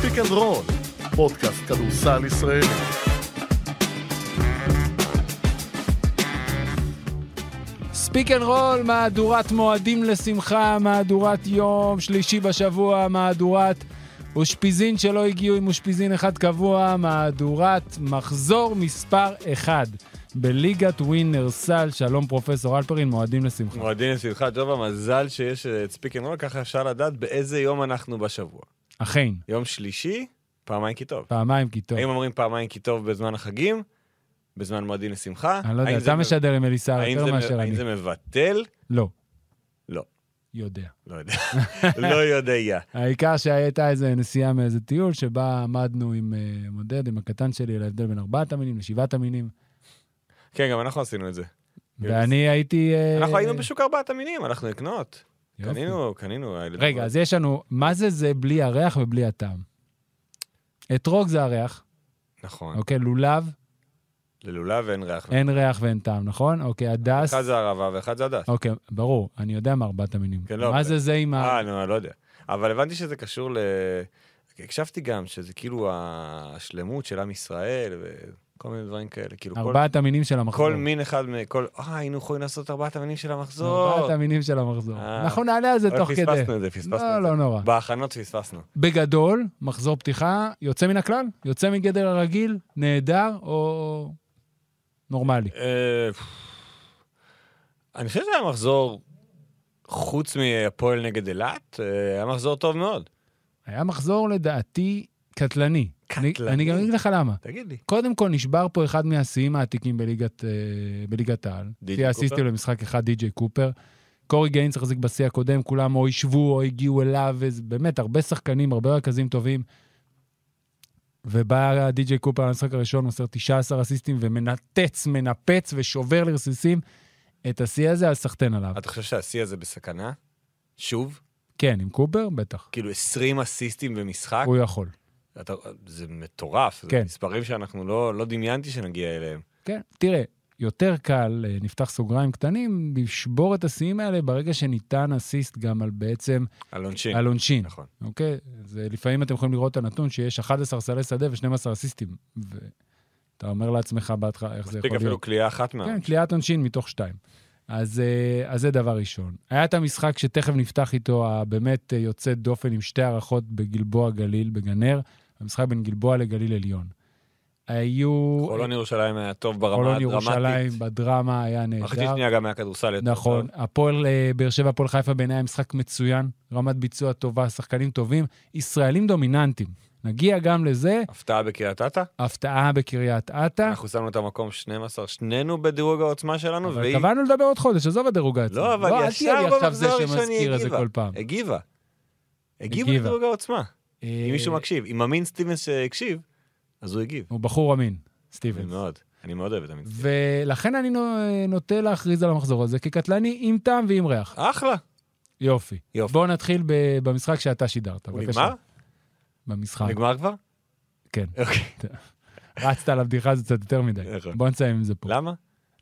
פיק אנד רול, פודקאסט כדורסל ישראלי. ספיק אנד רול, מהדורת מועדים לשמחה, מהדורת יום שלישי בשבוע, מהדורת אושפיזין שלא הגיעו עם אושפיזין אחד קבוע, מהדורת מחזור מספר 1 בליגת ווינר סל. שלום פרופסור אלפרין, מועדים לשמחה. מועדים לשמחה טובה, מזל שיש אה, את ספיק אנד רול, ככה אפשר לדעת באיזה יום אנחנו בשבוע. אכן, יום שלישי, פעמיים כי טוב. פעמיים כי טוב. האם אומרים פעמיים כי טוב בזמן החגים? בזמן מועדים לשמחה? אני לא יודע, האם זה אתה מ- משדר עם אליסר האם יותר זה מ- מאשר אני. האם זה מבטל? לא. לא. יודע. לא יודע. לא יודע. העיקר שהייתה איזה נסיעה מאיזה טיול, שבה עמדנו עם אה, מודד, עם הקטן שלי, על ההבדל בין ארבעת המינים לשבעת המינים. כן, גם אנחנו עשינו את זה. אה, ואני הייתי... אה, אנחנו היינו בשוק ארבעת המינים, הלכנו לקנות. יופי. קנינו, קנינו. אה, הילדים- רגע, אז יש לנו, מה זה זה בלי הריח ובלי הטעם? אתרוג זה הריח, נכון. אוקיי? לולב, אוקיי. ללולב אין ריח. אין ריח ואין טעם, נכון? אוקיי, הדס, אחד זה ערבה ואחד זה הדס. אוקיי, ברור, אני יודע מה ארבעת המינים. כן, לא, מה אבל- זה זה עם ה... אה, נו, אני לא יודע. אבל הבנתי שזה קשור ל... הקשבתי גם שזה כאילו השלמות של עם ישראל וכל מיני דברים כאלה. כאילו כל, ארבעת המינים של המחזור. כל מין אחד מכל... אה, היינו יכולים לעשות ארבעת המינים של המחזור. ארבעת המינים של המחזור. אה. אנחנו נעלה על זה אבל תוך כדי. פספסנו את זה, פספסנו לא, את לא נורא. זה. בהכנות פספסנו. בגדול, מחזור פתיחה, יוצא מן הכלל, יוצא מגדר הרגיל, נהדר או נורמלי. אה, אני חושב שהיה מחזור, חוץ מהפועל נגד אילת, אה, היה מחזור טוב מאוד. היה מחזור לדעתי קטלני. אני- קטלני? אני גם אגיד לך למה. תגיד לי. קודם כל נשבר פה אחד מהשיאים העתיקים בליגת, אה, בליגת העל. די.ג'יי שיא אסיסטים קופר? למשחק אחד די.ג'יי קופר. קורי גיינס החזיק בשיא הקודם, כולם או ישבו או הגיעו אליו, וזה באמת הרבה שחקנים, הרבה רכזים טובים. ובא די.ג'יי קופר למשחק הראשון, מוסר 19 אסיסטים ומנתץ, מנפץ ושובר לרסיסים את השיא הזה, אז סחטיין עליו. אתה חושב שהשיא הזה בסכנה? שוב? כן, עם קופר? בטח. כאילו 20 אסיסטים במשחק? הוא יכול. אתה, זה מטורף, כן. זה מספרים שאנחנו לא, לא דמיינתי שנגיע אליהם. כן, תראה, יותר קל, אה, נפתח סוגריים קטנים, לשבור את השיאים האלה ברגע שניתן אסיסט גם על בעצם על עונשין. על עונשין, נכון. אוקיי? זה לפעמים אתם יכולים לראות את הנתון שיש 11 סלי שדה ו-12 אסיסטים, ואתה אומר לעצמך בהתחלה איך זה מספיק יכול אפילו להיות. כליאה אחת מה... כן, כליאת עונשין מתוך שתיים. אז, אה, אז זה דבר ראשון. היה את המשחק שתכף נפתח איתו, הבאמת אה, יוצא דופן עם שתי הערכות בגלבוע גליל, בגנר, המשחק בין גלבוע לגליל עליון. היו... חולון ירושלים היה טוב ברמה חולון הדרמטית. ירושלים, בדרמה היה מחצית נהדר. שנייה גם היה כדורסל. יותר נכון. טוב. הפועל אה, באר שבע, הפועל חיפה בעיניי היה משחק מצוין, רמת ביצוע טובה, שחקנים טובים, ישראלים דומיננטיים. נגיע גם לזה, הפתעה בקריית אתא. הפתעה בקריית אתא. אנחנו שמנו את המקום 12, שנינו בדירוג העוצמה שלנו, אבל נכון, והיא... קבענו לדבר עוד חודש, עזוב הדירוג העצמי. לא, אבל אל ישר תהיה לי עכשיו זה במחזור הראשון היא שמזכיר את זה הגיבה. כל פעם. הגיבה. הגיבה הגיבה. לדירוג העוצמה. אה, אם מישהו מקשיב, אם אמין סטיבנס הקשיב, אז הוא הגיב. הוא בחור אמין, סטיבנס. מאוד. אני מאוד אוהב את אמין סטיבנס. ולכן אני נו- אה, נוטה להכריז על המחזור הזה כקטלני עם טעם ועם ריח. אחלה. יופי. יופי. בואו נתחיל ב- במשחק שאתה שידרת. הוא בבקשה. אה. נגמר? במשחק. נגמר כבר? כן. אוקיי. רצת על הבדיחה הזאת קצת יותר מדי. נכון. בוא נסיים עם זה פה. למה?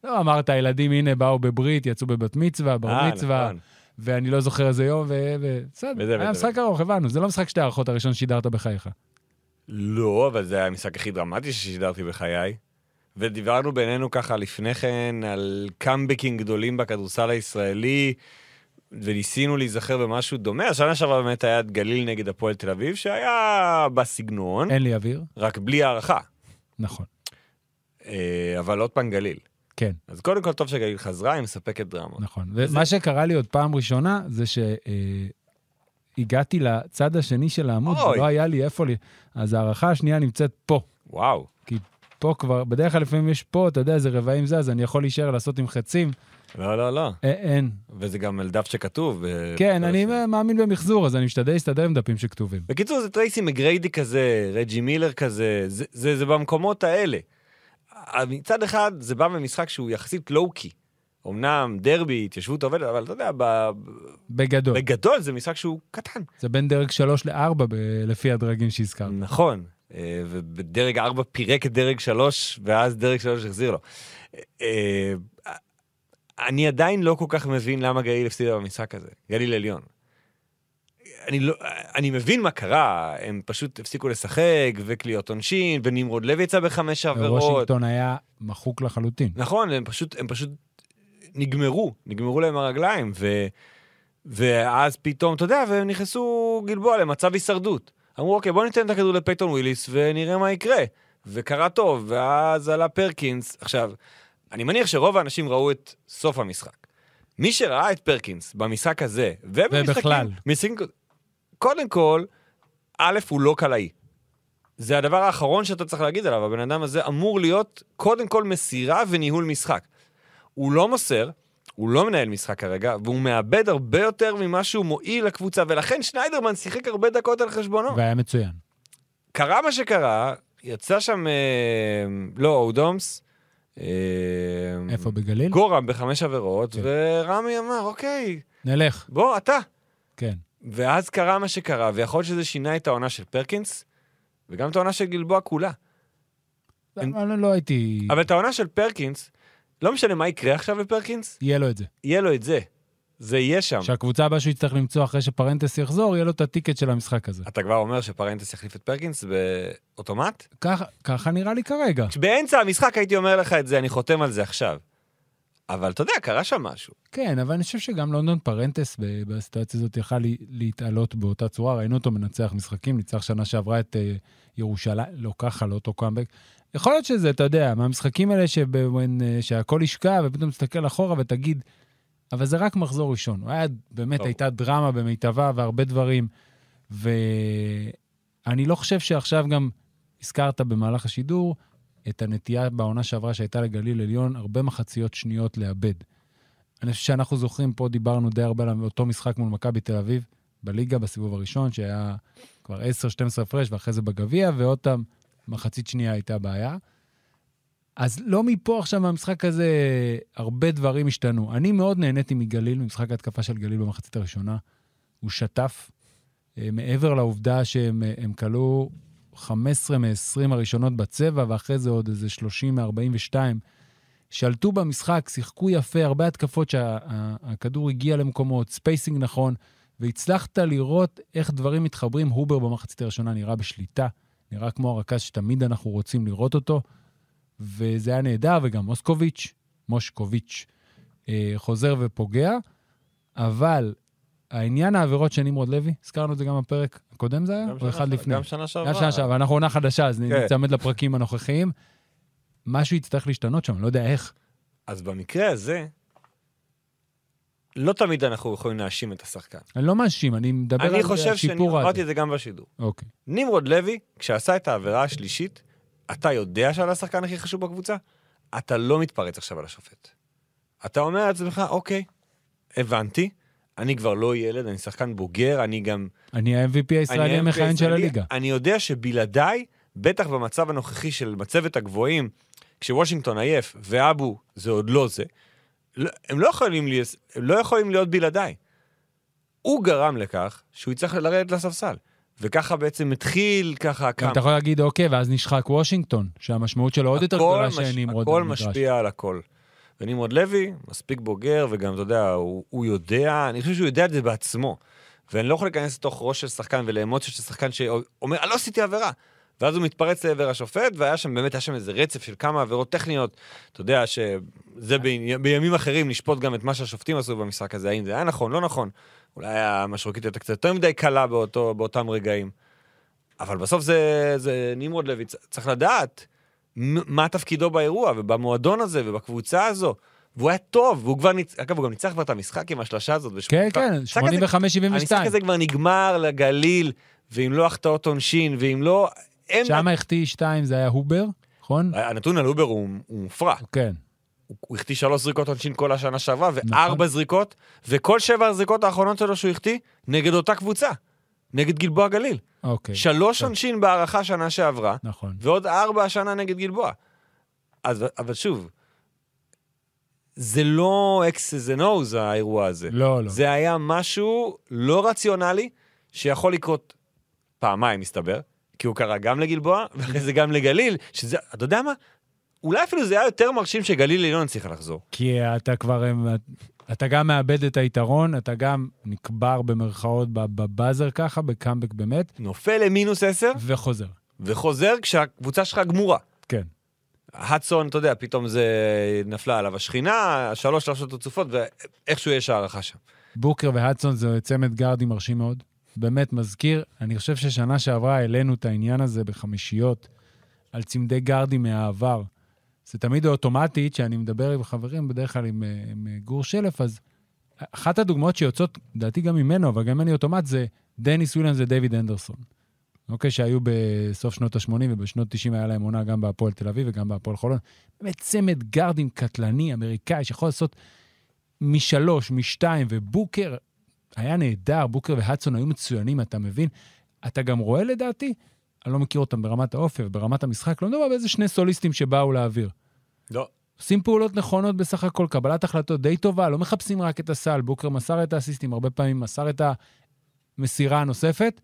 לא, אמרת, הילדים, הנה, באו בברית, יצאו בבת מצווה, בר אה, מצווה, נכון. ואני לא זוכר איזה יום, ו- ו... וזה, בסדר, היה וזה, משחק וזה. Mm-hmm. ארוך, הבנו, זה לא משחק שתי הערכות הראשון ששידרת בחייך. לא, אבל זה היה המשחק הכי דרמטי ששידרתי בחיי. ודיברנו בינינו ככה לפני כן על קאמבקים גדולים בכדורסל הישראלי, וניסינו להיזכר במשהו דומה. השנה שעברה באמת היה את גליל נגד הפועל תל אביב, שהיה בסגנון, אין לי אוויר, רק בלי הערכה. נכון, אה, אבל עוד פעם גליל. כן, אז קודם כל טוב שגליל חזרה, היא מספקת דרמות. נכון. ומה שקרה לי עוד פעם ראשונה, זה שהגעתי לצד השני של העמוד, אוי. ולא היה לי איפה ל... אז ההערכה השנייה נמצאת פה. וואו. פה כבר, בדרך כלל לפעמים יש פה, אתה יודע, איזה רבעים זה, אז אני יכול להישאר לעשות עם חצים. לא, לא, לא. אה, אין, וזה גם על דף שכתוב. אה, ב- כן, ב- אני מאמין במחזור, אז אני משתדל להסתדר עם דפים שכתובים. בקיצור, זה טרייסי מגריידי כזה, רג'י מילר כזה, זה, זה, זה במקומות האלה. אה, מצד אחד, זה בא ממשחק שהוא יחסית לואו-קי. אמנם דרבי, התיישבות עובדת, אבל אתה יודע, ב- בגדול. בגדול זה משחק שהוא קטן. זה בין דרג 3 ל-4 לפי הדרגים שהזכרת. נכון. אה, ובדרג 4 פירק את דרג 3, ואז דרג 3 החזיר לו. אה, אה, אני עדיין לא כל כך מבין למה גליל הפסידה במשחק הזה, גליל עליון. אני, לא, אני מבין מה קרה, הם פשוט הפסיקו לשחק, וקליעות עונשין, ונמרוד לוי יצא בחמש עבירות. וושינגטון היה מחוק לחלוטין. נכון, הם פשוט, הם פשוט נגמרו, נגמרו להם הרגליים, ו, ואז פתאום, אתה יודע, והם נכנסו גלבוע למצב הישרדות. אמרו, אוקיי, בוא ניתן את הכדור לפייתון וויליס ונראה מה יקרה. וקרה טוב, ואז עלה פרקינס. עכשיו, אני מניח שרוב האנשים ראו את סוף המשחק. מי שראה את פרקינס במשחק הזה, ובמשחקים... ובכלל. משחקים- קודם כל, א', הוא לא קלעי. זה הדבר האחרון שאתה צריך להגיד עליו, הבן אדם הזה אמור להיות קודם כל מסירה וניהול משחק. הוא לא מוסר, הוא לא מנהל משחק כרגע, והוא מאבד הרבה יותר ממה שהוא מועיל לקבוצה, ולכן שניידרמן שיחק הרבה דקות על חשבונו. והיה מצוין. קרה מה שקרה, יצא שם, אה, לא אודומס, אה, איפה בגליל? גורם בחמש עבירות, כן. ורמי אמר, אוקיי, נלך, בוא, אתה. כן. ואז קרה מה שקרה, ויכול להיות שזה שינה את העונה של פרקינס, וגם את העונה של גלבוע כולה. הם- אבל לא הייתי... אבל את העונה של פרקינס, לא משנה מה יקרה עכשיו לפרקינס, יהיה לו את זה. יהיה לו את זה. זה יהיה שם. שהקבוצה הבאה שהוא יצטרך למצוא אחרי שפרנטס יחזור, יהיה לו את הטיקט של המשחק הזה. אתה כבר אומר שפרנטס יחליף את פרקינס באוטומט? ככה- ככה נראה לי כרגע. באמצע המשחק הייתי אומר לך את זה, אני חותם על זה עכשיו. אבל אתה יודע, קרה שם משהו. כן, אבל אני חושב שגם לונדון פרנטס ב- בסיטואציה הזאת יכל לי- להתעלות באותה צורה. ראינו אותו מנצח משחקים, ניצח שנה שעברה את אה, ירושלים, לא ככה, לא אותו קאמבק. יכול להיות שזה, אתה יודע, מהמשחקים האלה שב, when, אה, שהכל ישקע ופתאום תסתכל אחורה ותגיד, אבל זה רק מחזור ראשון. הוא היה, באמת ברור. הייתה דרמה במיטבה והרבה דברים. ואני לא חושב שעכשיו גם הזכרת במהלך השידור את הנטייה בעונה שעברה שהייתה לגליל עליון, הרבה מחציות שניות לאבד. אני חושב שאנחנו זוכרים, פה דיברנו די הרבה על אותו משחק מול מכבי תל אביב, בליגה, בסיבוב הראשון, שהיה כבר 10-12 הפרש, ואחרי זה בגביע, ועוד פעם, מחצית שנייה הייתה בעיה. אז לא מפה עכשיו, מהמשחק הזה, הרבה דברים השתנו. אני מאוד נהניתי מגליל, ממשחק ההתקפה של גליל במחצית הראשונה. הוא שטף. אה, מעבר לעובדה שהם אה, הם כלאו 15 מ-20 הראשונות בצבע, ואחרי זה עוד איזה 30 מ-42. שלטו במשחק, שיחקו יפה, הרבה התקפות שהכדור הגיע למקומות, ספייסינג נכון, והצלחת לראות איך דברים מתחברים. הובר במחצית הראשונה נראה בשליטה, נראה כמו הרכז שתמיד אנחנו רוצים לראות אותו, וזה היה נהדר, וגם מוסקוביץ', מושקוביץ', אה, חוזר ופוגע, אבל העניין העבירות של נמרוד לוי, הזכרנו את זה גם בפרק הקודם זה היה, או אה, אחד לפני? גם שנה שעברה. גם שנה שעברה, אנחנו עונה חדשה, אז כן. נצמד לפרקים הנוכחיים. משהו יצטרך להשתנות שם, אני לא יודע איך. אז במקרה הזה, לא תמיד אנחנו יכולים להאשים את השחקן. אני לא מאשים, אני מדבר על אני חושב שאני השיפור אמרתי הזה. את זה גם בשידור. אוקיי. נמרוד לוי, כשעשה את העבירה השלישית, אתה יודע שעל השחקן הכי חשוב בקבוצה? אתה לא מתפרץ עכשיו על השופט. אתה אומר לעצמך, אוקיי, הבנתי, אני כבר לא ילד, אני שחקן בוגר, אני גם אני ה-MVP אני הישראלי ה-MVP המכהן של הישראלי. הליגה. אני יודע שבלעדיי, בטח במצב הנוכחי של מצבת הגבוהים, כשוושינגטון עייף ואבו זה עוד לא זה, לא- הם לא יכולים, להיות- הם לא יכולים להיות בלעדיי. הוא גרם לכך שהוא יצטרך לרדת לספסל. וככה בעצם התחיל ככה גם הקאמפ. אתה יכול להגיד, אוקיי, ואז נשחק וושינגטון, שהמשמעות שלו עוד יותר הכל גדולה מש- שנמרוד הכל במגרש. משפיע על הכל. ונמרוד לוי, מספיק בוגר, וגם, אתה יודע, הוא, הוא יודע, אני חושב שהוא יודע את זה בעצמו. ואני לא יכול להיכנס לתוך ראש של שחקן ולאמוציות של שחקן שאומר, אני לא עשיתי עבירה. ואז הוא מתפרץ לעבר השופט, והיה שם, באמת, היה שם איזה רצף של כמה עבירות טכניות. אתה יודע שזה בעני- בימים אחרים, נשפוט גם את מה שהשופטים עשו במשחק הזה, האם זה היה נכון, לא נכון. אולי המשרוקית הייתה קצת יותר מדי קלה באותו, באותם רגעים. אבל בסוף זה, זה נמרוד לוי, צ- צריך לדעת מ- מה תפקידו באירוע, ובמועדון הזה, ובקבוצה הזו. והוא היה טוב, והוא כבר ניצ... אגב, הוא גם ניצח כבר את המשחק עם השלשה הזאת. בש- כן, כבר- כן, המשחק הזה- 85-72. המשחק הזה כבר נגמר לגליל, ואם לא החטאות עונשין, ואם לא... אין... שם החטיא שתיים, זה היה הובר, נכון? הנתון על אובר הוא, הוא מופרע. כן. הוא- הוא החטיא שלוש זריקות עונשין כל השנה שעברה, נכון. וארבע זריקות, וכל שבע הזריקות האחרונות שלו שהוא החטיא, נגד אותה קבוצה, נגד גלבוע גליל. אוקיי, שלוש כן. עונשין בהערכה שנה שעברה, נכון. ועוד ארבע השנה נגד גלבוע. אז, אבל שוב, זה לא X's and O's האירוע הזה. לא, לא. זה היה משהו לא רציונלי, שיכול לקרות פעמיים, מסתבר, כי הוא קרה גם לגלבוע, ואחרי זה גם לגליל, שזה, אתה יודע מה? אולי אפילו זה היה יותר מרשים שגליל עליון הצליחה לא לחזור. כי אתה כבר... הם- אתה גם מאבד את היתרון, אתה גם נקבר במרכאות בב- בבאזר ככה, בקאמבק באמת, נופל למינוס 10 וחוזר. וחוזר כשהקבוצה שלך גמורה. כן. האדסון, אתה יודע, פתאום זה נפלה עליו השכינה, שלוש שלושות רצופות, ואיכשהו יש הערכה שם. בוקר והדסון זה צמד גארדים מרשים מאוד. באמת מזכיר, אני חושב ששנה שעברה העלינו את העניין הזה בחמישיות, על צמדי גארדים מהעבר. זה תמיד אוטומטית, שאני מדבר עם חברים, בדרך כלל עם, אה, עם אה, גור שלף, אז אחת הדוגמאות שיוצאות, לדעתי גם ממנו, אבל גם ממני אוטומט, זה דניס וויליאמס ודייוויד אנדרסון. אוקיי, שהיו בסוף שנות ה-80 ובשנות 90 היה להם עונה גם בהפועל תל אביב וגם בהפועל חולון. באמת צמד גארדים קטלני, אמריקאי, שיכול לעשות משלוש, משתיים, ובוקר היה נהדר, בוקר והדסון היו מצוינים, אתה מבין? אתה גם רואה לדעתי, אני לא מכיר אותם ברמת האופי וברמת המשחק, לא מדובר באיזה שני סוליסטים שבאו לאוויר. לא. עושים פעולות נכונות בסך הכל, קבלת החלטות די טובה, לא מחפשים רק את הסל. בוקר מסר את האסיסטים, הרבה פעמים מסר את המסירה הנוספת,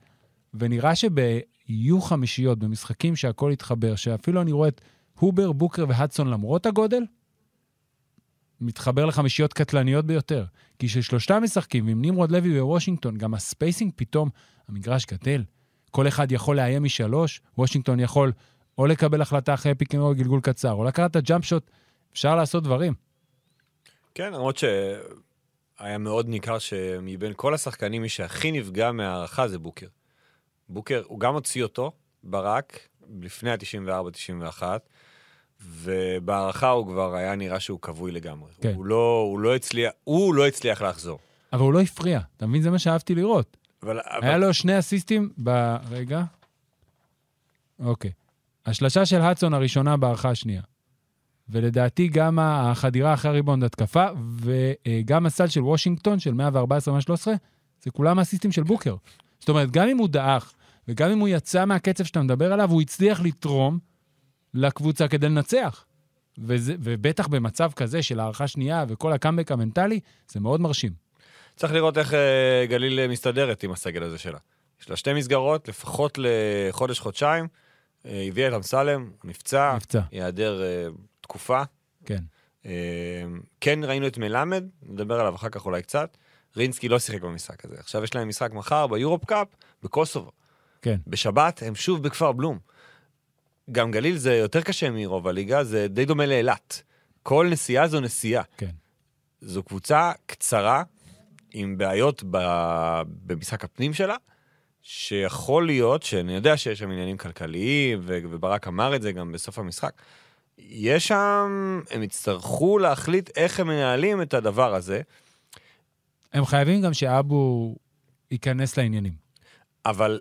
ונראה שביהיו חמישיות, במשחקים שהכל התחבר, שאפילו אני רואה את הובר, בוקר והדסון למרות הגודל, מתחבר לחמישיות קטלניות ביותר. כי כששלושתם משחקים, ועם נמרוד לוי ווושינגטון, גם הספייסינג פתאום, המגרש גדל. כל אחד יכול לאיים משלוש, וושינגטון יכול או לקבל החלטה אחרי פיקנור גלגול קצר, או לקחת את הג'אמפ שוט, אפשר לעשות דברים. כן, למרות שהיה מאוד ניכר שמבין כל השחקנים, מי שהכי נפגע מההערכה זה בוקר. בוקר, הוא גם הוציא אותו, ברק, לפני ה-94-91, ובהערכה הוא כבר היה נראה שהוא כבוי לגמרי. כן. הוא לא, הוא לא הצליח, הוא לא הצליח לחזור. אבל הוא לא הפריע, אתה מבין? זה מה שאהבתי לראות. אבל, היה אבל לו שני אסיסטים ב... רגע. אוקיי. השלשה של הדסון הראשונה בהערכה השנייה. ולדעתי גם החדירה אחרי הריבאונד התקפה, וגם הסל של וושינגטון של 114 מה-13, זה כולם אסיסטים של בוקר. זאת אומרת, גם אם הוא דעך, וגם אם הוא יצא מהקצב שאתה מדבר עליו, הוא הצליח לתרום לקבוצה כדי לנצח. וזה, ובטח במצב כזה של הערכה שנייה וכל הקאמבק המנטלי, זה מאוד מרשים. צריך לראות איך אה, גליל אה, מסתדרת עם הסגל הזה שלה. יש לה שתי מסגרות, לפחות לחודש-חודשיים. אה, הביאה את אמסלם, הוא נפצע, נפצע. היעדר אה, תקופה. כן. אה, כן ראינו את מלמד, נדבר עליו אחר כך אולי קצת. רינסקי לא שיחק במשחק הזה. עכשיו יש להם משחק מחר ביורופ קאפ בקוסובו. כן. בשבת הם שוב בכפר בלום. גם גליל זה יותר קשה מרוב הליגה, זה די דומה לאילת. כל נסיעה זו נסיעה. כן. זו קבוצה קצרה, עם בעיות ב... במשחק הפנים שלה, שיכול להיות, שאני יודע שיש שם עניינים כלכליים, ו... וברק אמר את זה גם בסוף המשחק, יש שם, הם יצטרכו להחליט איך הם מנהלים את הדבר הזה, הם חייבים גם שאבו ייכנס לעניינים. אבל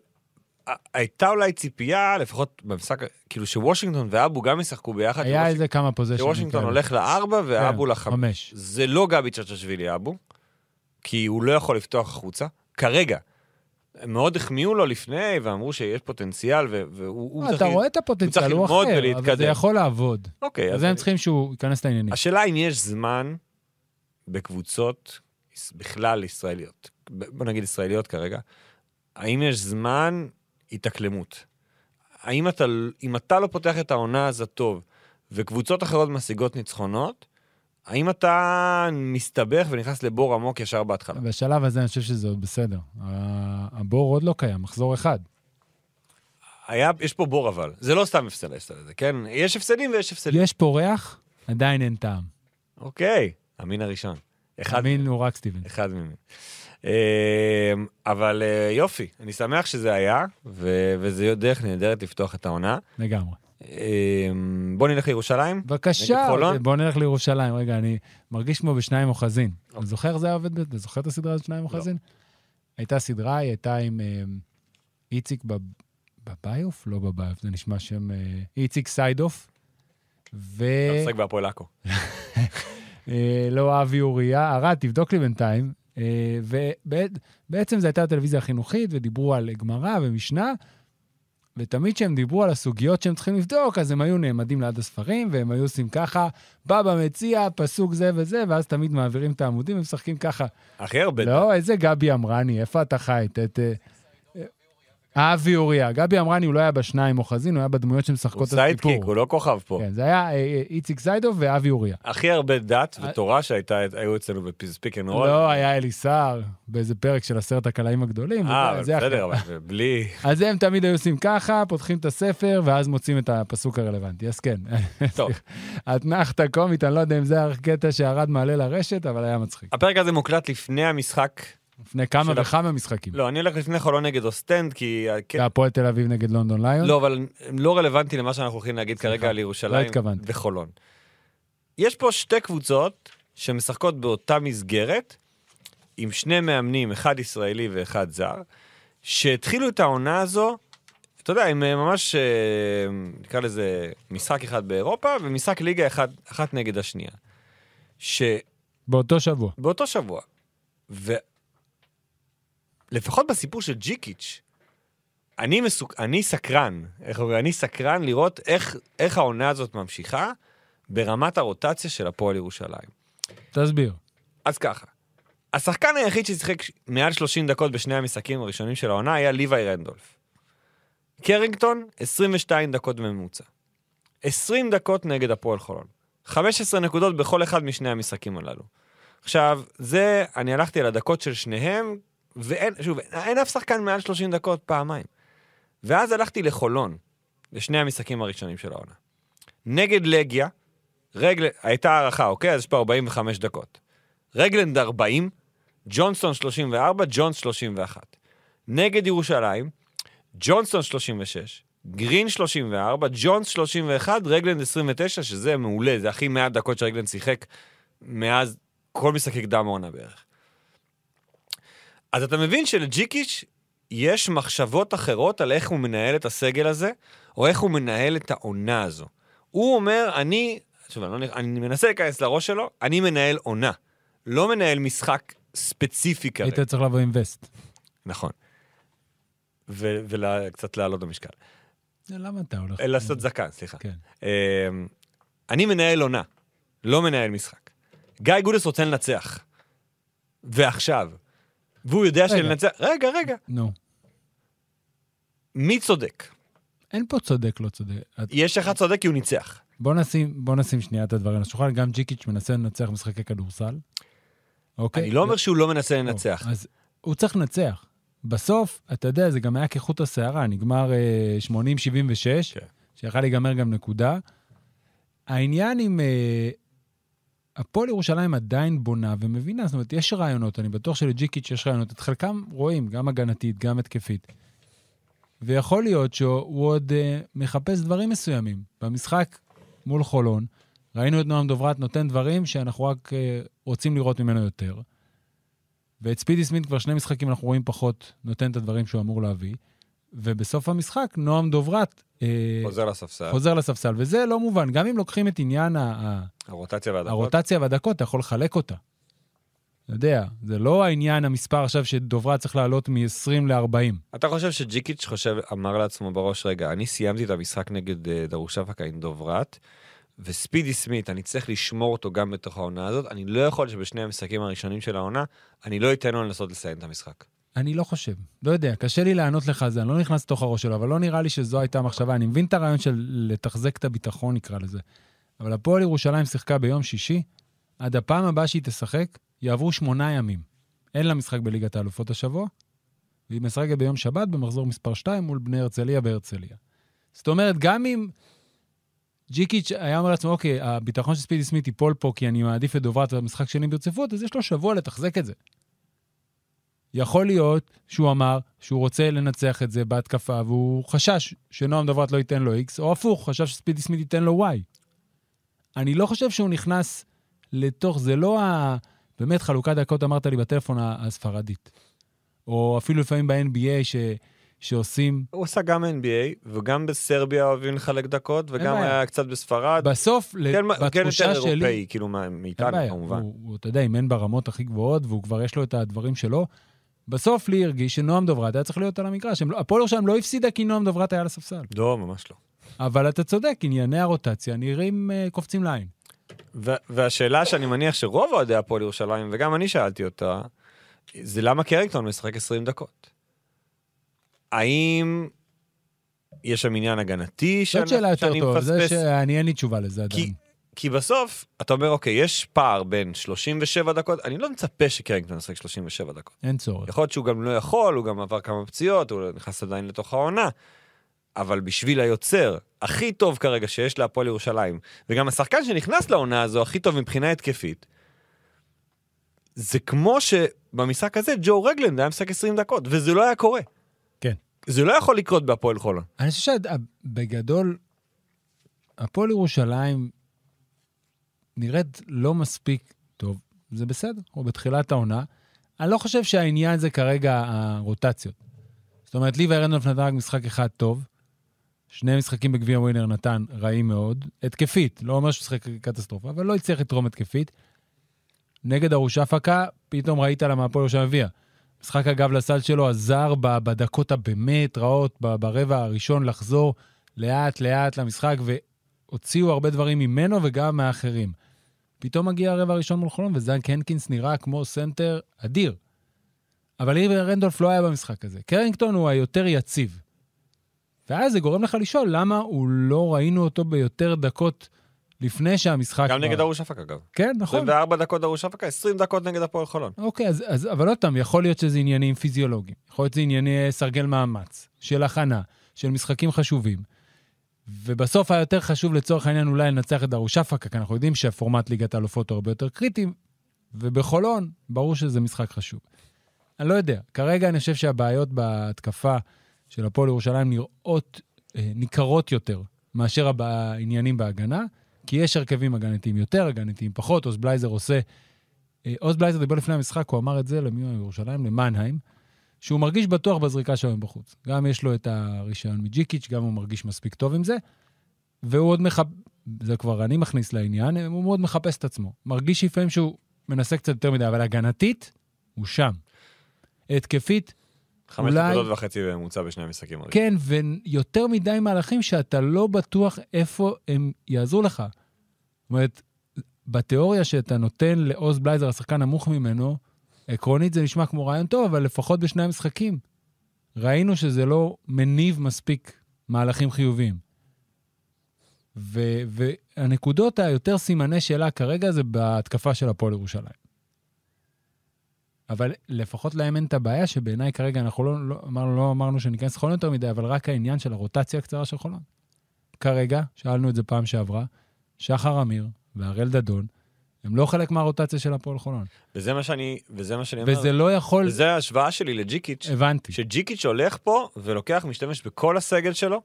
ה- הייתה אולי ציפייה, לפחות במשחק, כאילו שוושינגטון ואבו גם ישחקו ביחד. היה שוושינג- איזה כן. כמה פוזיישנים. שוושינגטון כאלה. הולך לארבע ואבו לחמש. חמש. זה לא גבי צ'צ'שווילי אבו, כי הוא לא יכול לפתוח החוצה, כרגע. הם מאוד החמיאו לו לפני, ואמרו שיש פוטנציאל, ו- והוא הוא אה, אתה רואה את צריך הפוטנציאל, הוא ללמוד אחר, אבל זה ולהתקדם. יכול לעבוד. אוקיי, אז אז הם צריכים שהוא ייכנס לעניינים. השאלה אם יש זמן בקבוצות, יש- בכלל ישראליות, ב- בוא נגיד ישראליות כרגע, האם יש זמן התאקלמות? האם אתה, אם אתה לא פותח את העונה אז הטוב, וקבוצות אחרות משיגות ניצחונות, האם אתה מסתבך ונכנס לבור עמוק ישר בהתחלה? בשלב הזה אני חושב שזה עוד בסדר. ה- הבור עוד לא קיים, מחזור אחד. היה, יש פה בור אבל, זה לא סתם הפסד ההפסד הזה, כן? יש הפסדים ויש הפסדים. יש פה ריח, עדיין אין טעם. אוקיי, המין הראשון. אחד, תאמין, הוא רק סטיבן. אחד ממי. אה, אבל אה, יופי, אני שמח שזה היה, ו- וזה דרך נהדרת לפתוח את העונה. לגמרי. אה, בוא נלך לירושלים. בבקשה, נגד חולון? בוא נלך לירושלים. רגע, אני מרגיש כמו בשניים אוחזין. אוקיי. אתה זוכר איך זה היה עובד? אתה זוכר את הסדרה הזאת, לא. שניים אוחזין? הייתה סדרה, היא הייתה עם אה, איציק בב- בביוף? לא בביוף, זה נשמע שם... אה, איציק סיידוף. ו... אתה משחק בהפועל עכו. אה, לא אבי אוריה, ערד, תבדוק לי בינתיים. אה, ובעצם זו הייתה הטלוויזיה החינוכית, ודיברו על גמרא ומשנה, ותמיד כשהם דיברו על הסוגיות שהם צריכים לבדוק, אז הם היו נעמדים ליד הספרים, והם היו עושים ככה, בבא מציע, פסוק זה וזה, ואז תמיד מעבירים את העמודים ומשחקים ככה. הכי הרבה. לא, איזה גבי אמרני, איפה אתה חי? ת- ת- אבי אוריה. גבי אמרני, הוא לא היה בשניים אוחזין, הוא היה בדמויות הוא שמשחקות את הסיפור. סיידקיק, הוא לא כוכב פה. כן, זה היה אה, אה, איציק זיידוב ואבי אוריה. הכי הרבה דת ותורה שהיו אצלנו בספיק אנד רול. אה. לא, היה אלי סער באיזה פרק של עשרת הקלעים הגדולים. אה, וזה- אבל זה היה- בסדר, אבל בלי... אז הם תמיד היו עושים ככה, פותחים את הספר, ואז מוצאים את הפסוק הרלוונטי. אז כן, טוב. אתנחתא קומית, אני לא יודע אם זה הקטע שירד מעלה לרשת, אבל היה מצחיק. הפרק הזה מוקלט לפני המשחק. לפני כמה של- וכמה משחקים. לא, אני הולך לפני חולון נגד אוסטנד, כי... הקטע- והפועל תל אביב נגד לונדון ליון. לא, אבל הם לא רלוונטי למה שאנחנו הולכים להגיד אה? סליחה, כרגע על לא ירושלים התכוונתי. וחולון. יש פה שתי קבוצות שמשחקות באותה מסגרת, עם שני מאמנים, אחד ישראלי ואחד זר, שהתחילו את העונה הזו, אתה יודע, עם אה, ממש, אה, נקרא לזה, משחק אחד באירופה ומשחק ליגה אחד, אחת נגד השנייה. ש... באותו שבוע. באותו שבוע. ו... לפחות בסיפור של ג'יקיץ', אני, מסוק... אני סקרן, איך אומרים? אני סקרן לראות איך, איך העונה הזאת ממשיכה ברמת הרוטציה של הפועל ירושלים. תסביר. אז ככה, השחקן היחיד ששיחק ש- מעל 30 דקות בשני המשחקים הראשונים של העונה היה ליוואי רנדולף. קרינגטון, 22 דקות בממוצע. 20 דקות נגד הפועל חולון. 15 נקודות בכל אחד משני המשחקים הללו. עכשיו, זה, אני הלכתי על הדקות של שניהם, ואין, שוב, אין אף שחקן מעל 30 דקות פעמיים. ואז הלכתי לחולון, לשני המשחקים הראשונים של העונה. נגד לגיה, רגל, הייתה הערכה, אוקיי? אז יש פה 45 דקות. רגלנד 40, ג'ונסון 34, ג'ונס 31. נגד ירושלים, ג'ונסון 36, גרין 34, ג'ונס 31, רגלנד 29, שזה מעולה, זה הכי 100 דקות שרגלנד שיחק מאז כל משחקי קדם העונה בערך. אז אתה מבין שלג'יקיץ' יש מחשבות אחרות על איך הוא מנהל את הסגל הזה, או איך הוא מנהל את העונה הזו. הוא אומר, אני, שוב, אני, לא, נכ- אני מנסה להיכנס לראש שלו, אני מנהל עונה, לא מנהל משחק ספציפי כרגע. היית צריך לבוא עם וסט. נכון. וקצת לעלות במשקל. לא, למה אתה הולך? אה, לעשות זקן, סליחה. כן. אה, אני מנהל עונה, לא מנהל משחק. גיא גודס רוצה לנצח. ועכשיו. והוא יודע רגע. שלנצח... רגע, רגע. נו. מי צודק? אין פה צודק, לא צודק. את- יש אחד צודק כי הוא ניצח. בוא נשים, בוא נשים שנייה את הדברים על השולחן. גם ג'יקיץ' מנסה לנצח משחקי כדורסל. אוקיי? אני לא אומר שהוא לא מנסה לא. לנצח. אז הוא צריך לנצח. בסוף, אתה יודע, זה גם היה כחוט השערה, נגמר אה, 80-76, כן. שיכל להיגמר גם נקודה. העניין עם... אה, הפועל ירושלים עדיין בונה ומבינה, זאת אומרת, יש רעיונות, אני בטוח שלג'יקיץ' יש רעיונות, את חלקם רואים, גם הגנתית, גם התקפית. ויכול להיות שהוא עוד אה, מחפש דברים מסוימים. במשחק מול חולון, ראינו את נועם דוברת נותן דברים שאנחנו רק אה, רוצים לראות ממנו יותר. ואת ספידי סמית כבר שני משחקים אנחנו רואים פחות נותן את הדברים שהוא אמור להביא. ובסוף המשחק, נועם דוברת אה, חוזר לספסל, חוזר לספסל, וזה לא מובן. גם אם לוקחים את עניין ה- ה- הרוטציה והדקות. הרוטציה והדקות, אתה יכול לחלק אותה. אתה יודע, זה לא העניין המספר עכשיו שדוברת צריך לעלות מ-20 ל-40. אתה חושב שג'יקיץ' חושב, אמר לעצמו בראש, רגע, אני סיימתי את המשחק נגד אה, דרושפקה עם דוברת, וספידי סמית, אני צריך לשמור אותו גם בתוך העונה הזאת, אני לא יכול שבשני המשחקים הראשונים של העונה, אני לא אתן לו לנסות לסיים את המשחק. אני לא חושב, לא יודע, קשה לי לענות לך על זה, אני לא נכנס לתוך הראש שלו, אבל לא נראה לי שזו הייתה המחשבה. אני מבין את הרעיון של לתחזק את הביטחון, נקרא לזה. אבל הפועל ירושלים שיחקה ביום שישי, עד הפעם הבאה שהיא תשחק, יעברו שמונה ימים. אין לה משחק בליגת האלופות השבוע, והיא משחקת ביום שבת במחזור מספר 2 מול בני הרצליה בהרצליה. זאת אומרת, גם אם ג'יקיץ' היה אומר לעצמו, אוקיי, הביטחון של ספידי סמית ייפול פה כי אני מעדיף את דוברת והמשחק שלי ברציפות, אז יש לו שבוע לתחזק את זה. יכול להיות שהוא אמר שהוא רוצה לנצח את זה בהתקפה, והוא חשש שנועם דברת לא ייתן לו X, או הפוך, חשב שספידי סמית ייתן לו Y. אני לא חושב שהוא נכנס לתוך, זה לא ה... באמת, חלוקת דקות אמרת לי בטלפון ה- הספרדית. או אפילו לפעמים ב-NBA ש... שעושים... הוא עשה גם NBA, וגם בסרביה אוהבים לחלק דקות, וגם בעיה. היה קצת בספרד. בסוף, ל- כן, כן יותר בתחושה שלי... אירופאי, כאילו, מה- אין מאיתנו, בעיה, כמובן. הוא, הוא, אתה יודע, אם אין ברמות הכי גבוהות, והוא כבר יש לו את הדברים שלו, בסוף לי הרגיש שנועם דוברת היה צריך להיות על המגרש. הם לא- הפועל ירושלים לא הפסידה כי נועם דוברת היה על הספסל. לא, ממש לא. אבל אתה צודק, ענייני הרוטציה נראים אה, קופצים לעין. ו- והשאלה שאני מניח שרוב אוהדי הפועל ירושלים, וגם אני שאלתי אותה, זה למה קרינגטון משחק 20 דקות? האם יש שם עניין הגנתי זאת שאלה שאני יותר שאני טוב, זה מפספס? שאני אין לי תשובה לזה עדיין. כי, כי בסוף, אתה אומר, אוקיי, יש פער בין 37 דקות, אני לא מצפה שקרינגטון ישחק 37 דקות. אין צורך. יכול להיות שהוא גם לא יכול, הוא גם עבר כמה פציעות, הוא נכנס עדיין לתוך העונה. אבל בשביל היוצר הכי טוב כרגע שיש להפועל ירושלים, וגם השחקן שנכנס לעונה הזו הכי טוב מבחינה התקפית, זה כמו שבמשחק הזה ג'ו רגלנד היה משחק 20 דקות, וזה לא היה קורה. כן. זה לא יכול לקרות בהפועל חולון. אני חושב שבגדול, הפועל ירושלים נראית לא מספיק טוב, זה בסדר, או בתחילת העונה. אני לא חושב שהעניין זה כרגע הרוטציות. זאת אומרת, ליבה רנדולף נתן רק משחק אחד טוב, שני משחקים בגביע ווינר נתן רעים מאוד, התקפית, לא אומר שהוא משחק קטסטרופה, אבל לא הצליח לתרום התקפית. נגד ארושפקה, פתאום ראית למה הפועל ירושלים הביאה. משחק הגב לסל שלו עזר ב- בדקות הבאמת רעות, ב- ברבע הראשון לחזור לאט-לאט למשחק, והוציאו הרבה דברים ממנו וגם מהאחרים. פתאום מגיע הרבע הראשון מול חולון, וזנק הנקינס נראה כמו סנטר אדיר. אבל אירי רנדולף לא היה במשחק הזה. קרינגטון הוא היותר יציב. ואז זה גורם לך לשאול למה הוא לא ראינו אותו ביותר דקות לפני שהמשחק... גם נגד בא. ארוש אפק אגב. כן, נכון. 24 דקות ארוש אפק, 20 דקות נגד הפועל חולון. אוקיי, אז, אז, אבל עוד פעם, יכול להיות שזה עניינים פיזיולוגיים, יכול להיות שזה ענייני סרגל מאמץ, של הכנה, של משחקים חשובים, ובסוף היה יותר חשוב לצורך העניין אולי לנצח את דרושפקה, כי אנחנו יודעים שהפורמט ליגת האלופות הוא הרבה יותר קריטי, ובחולון, ברור שזה משחק חשוב. אני לא יודע, כרגע אני חושב שהבעיות בהתקפה של הפועל ירושלים נראות, אה, ניכרות יותר מאשר הבע- העניינים בהגנה, כי יש הרכבים הגנתיים יותר, הגנתיים פחות, אוס בלייזר עושה אה, עוז בלייזר דיבר לפני המשחק, הוא אמר את זה למי הוא ירושלים? למנהיים, שהוא מרגיש בטוח בזריקה שלו מבחוץ. גם יש לו את הרישיון מג'יקיץ', גם הוא מרגיש מספיק טוב עם זה, והוא עוד מחפ... זה כבר אני מכניס לעניין, הוא מאוד מחפש את עצמו. מרגיש לפעמים שהוא מנסה קצת יותר מדי, אבל הגנתית, הוא שם. התקפית, חמש אולי- נקודות וחצי בממוצע בשני המשחקים. הראשונים. כן, ויותר מדי מהלכים שאתה לא בטוח איפה הם יעזרו לך. זאת אומרת, בתיאוריה שאתה נותן לעוז בלייזר, השחקן נמוך ממנו, עקרונית זה נשמע כמו רעיון טוב, אבל לפחות בשני המשחקים. ראינו שזה לא מניב מספיק מהלכים חיוביים. ו- והנקודות היותר סימני שאלה כרגע זה בהתקפה של הפועל ירושלים. אבל לפחות להם אין את הבעיה, שבעיניי כרגע אנחנו לא, לא, אמרנו, לא אמרנו שניכנס חולון יותר מדי, אבל רק העניין של הרוטציה הקצרה של חולון. כרגע, שאלנו את זה פעם שעברה, שחר אמיר והראל דדון, הם לא חלק מהרוטציה של הפועל חולון. וזה מה שאני, וזה מה שאני אומר. וזה לא יכול... וזה ההשוואה שלי לג'יקיץ'. הבנתי. שג'יקיץ' הולך פה ולוקח, משתמש בכל הסגל שלו,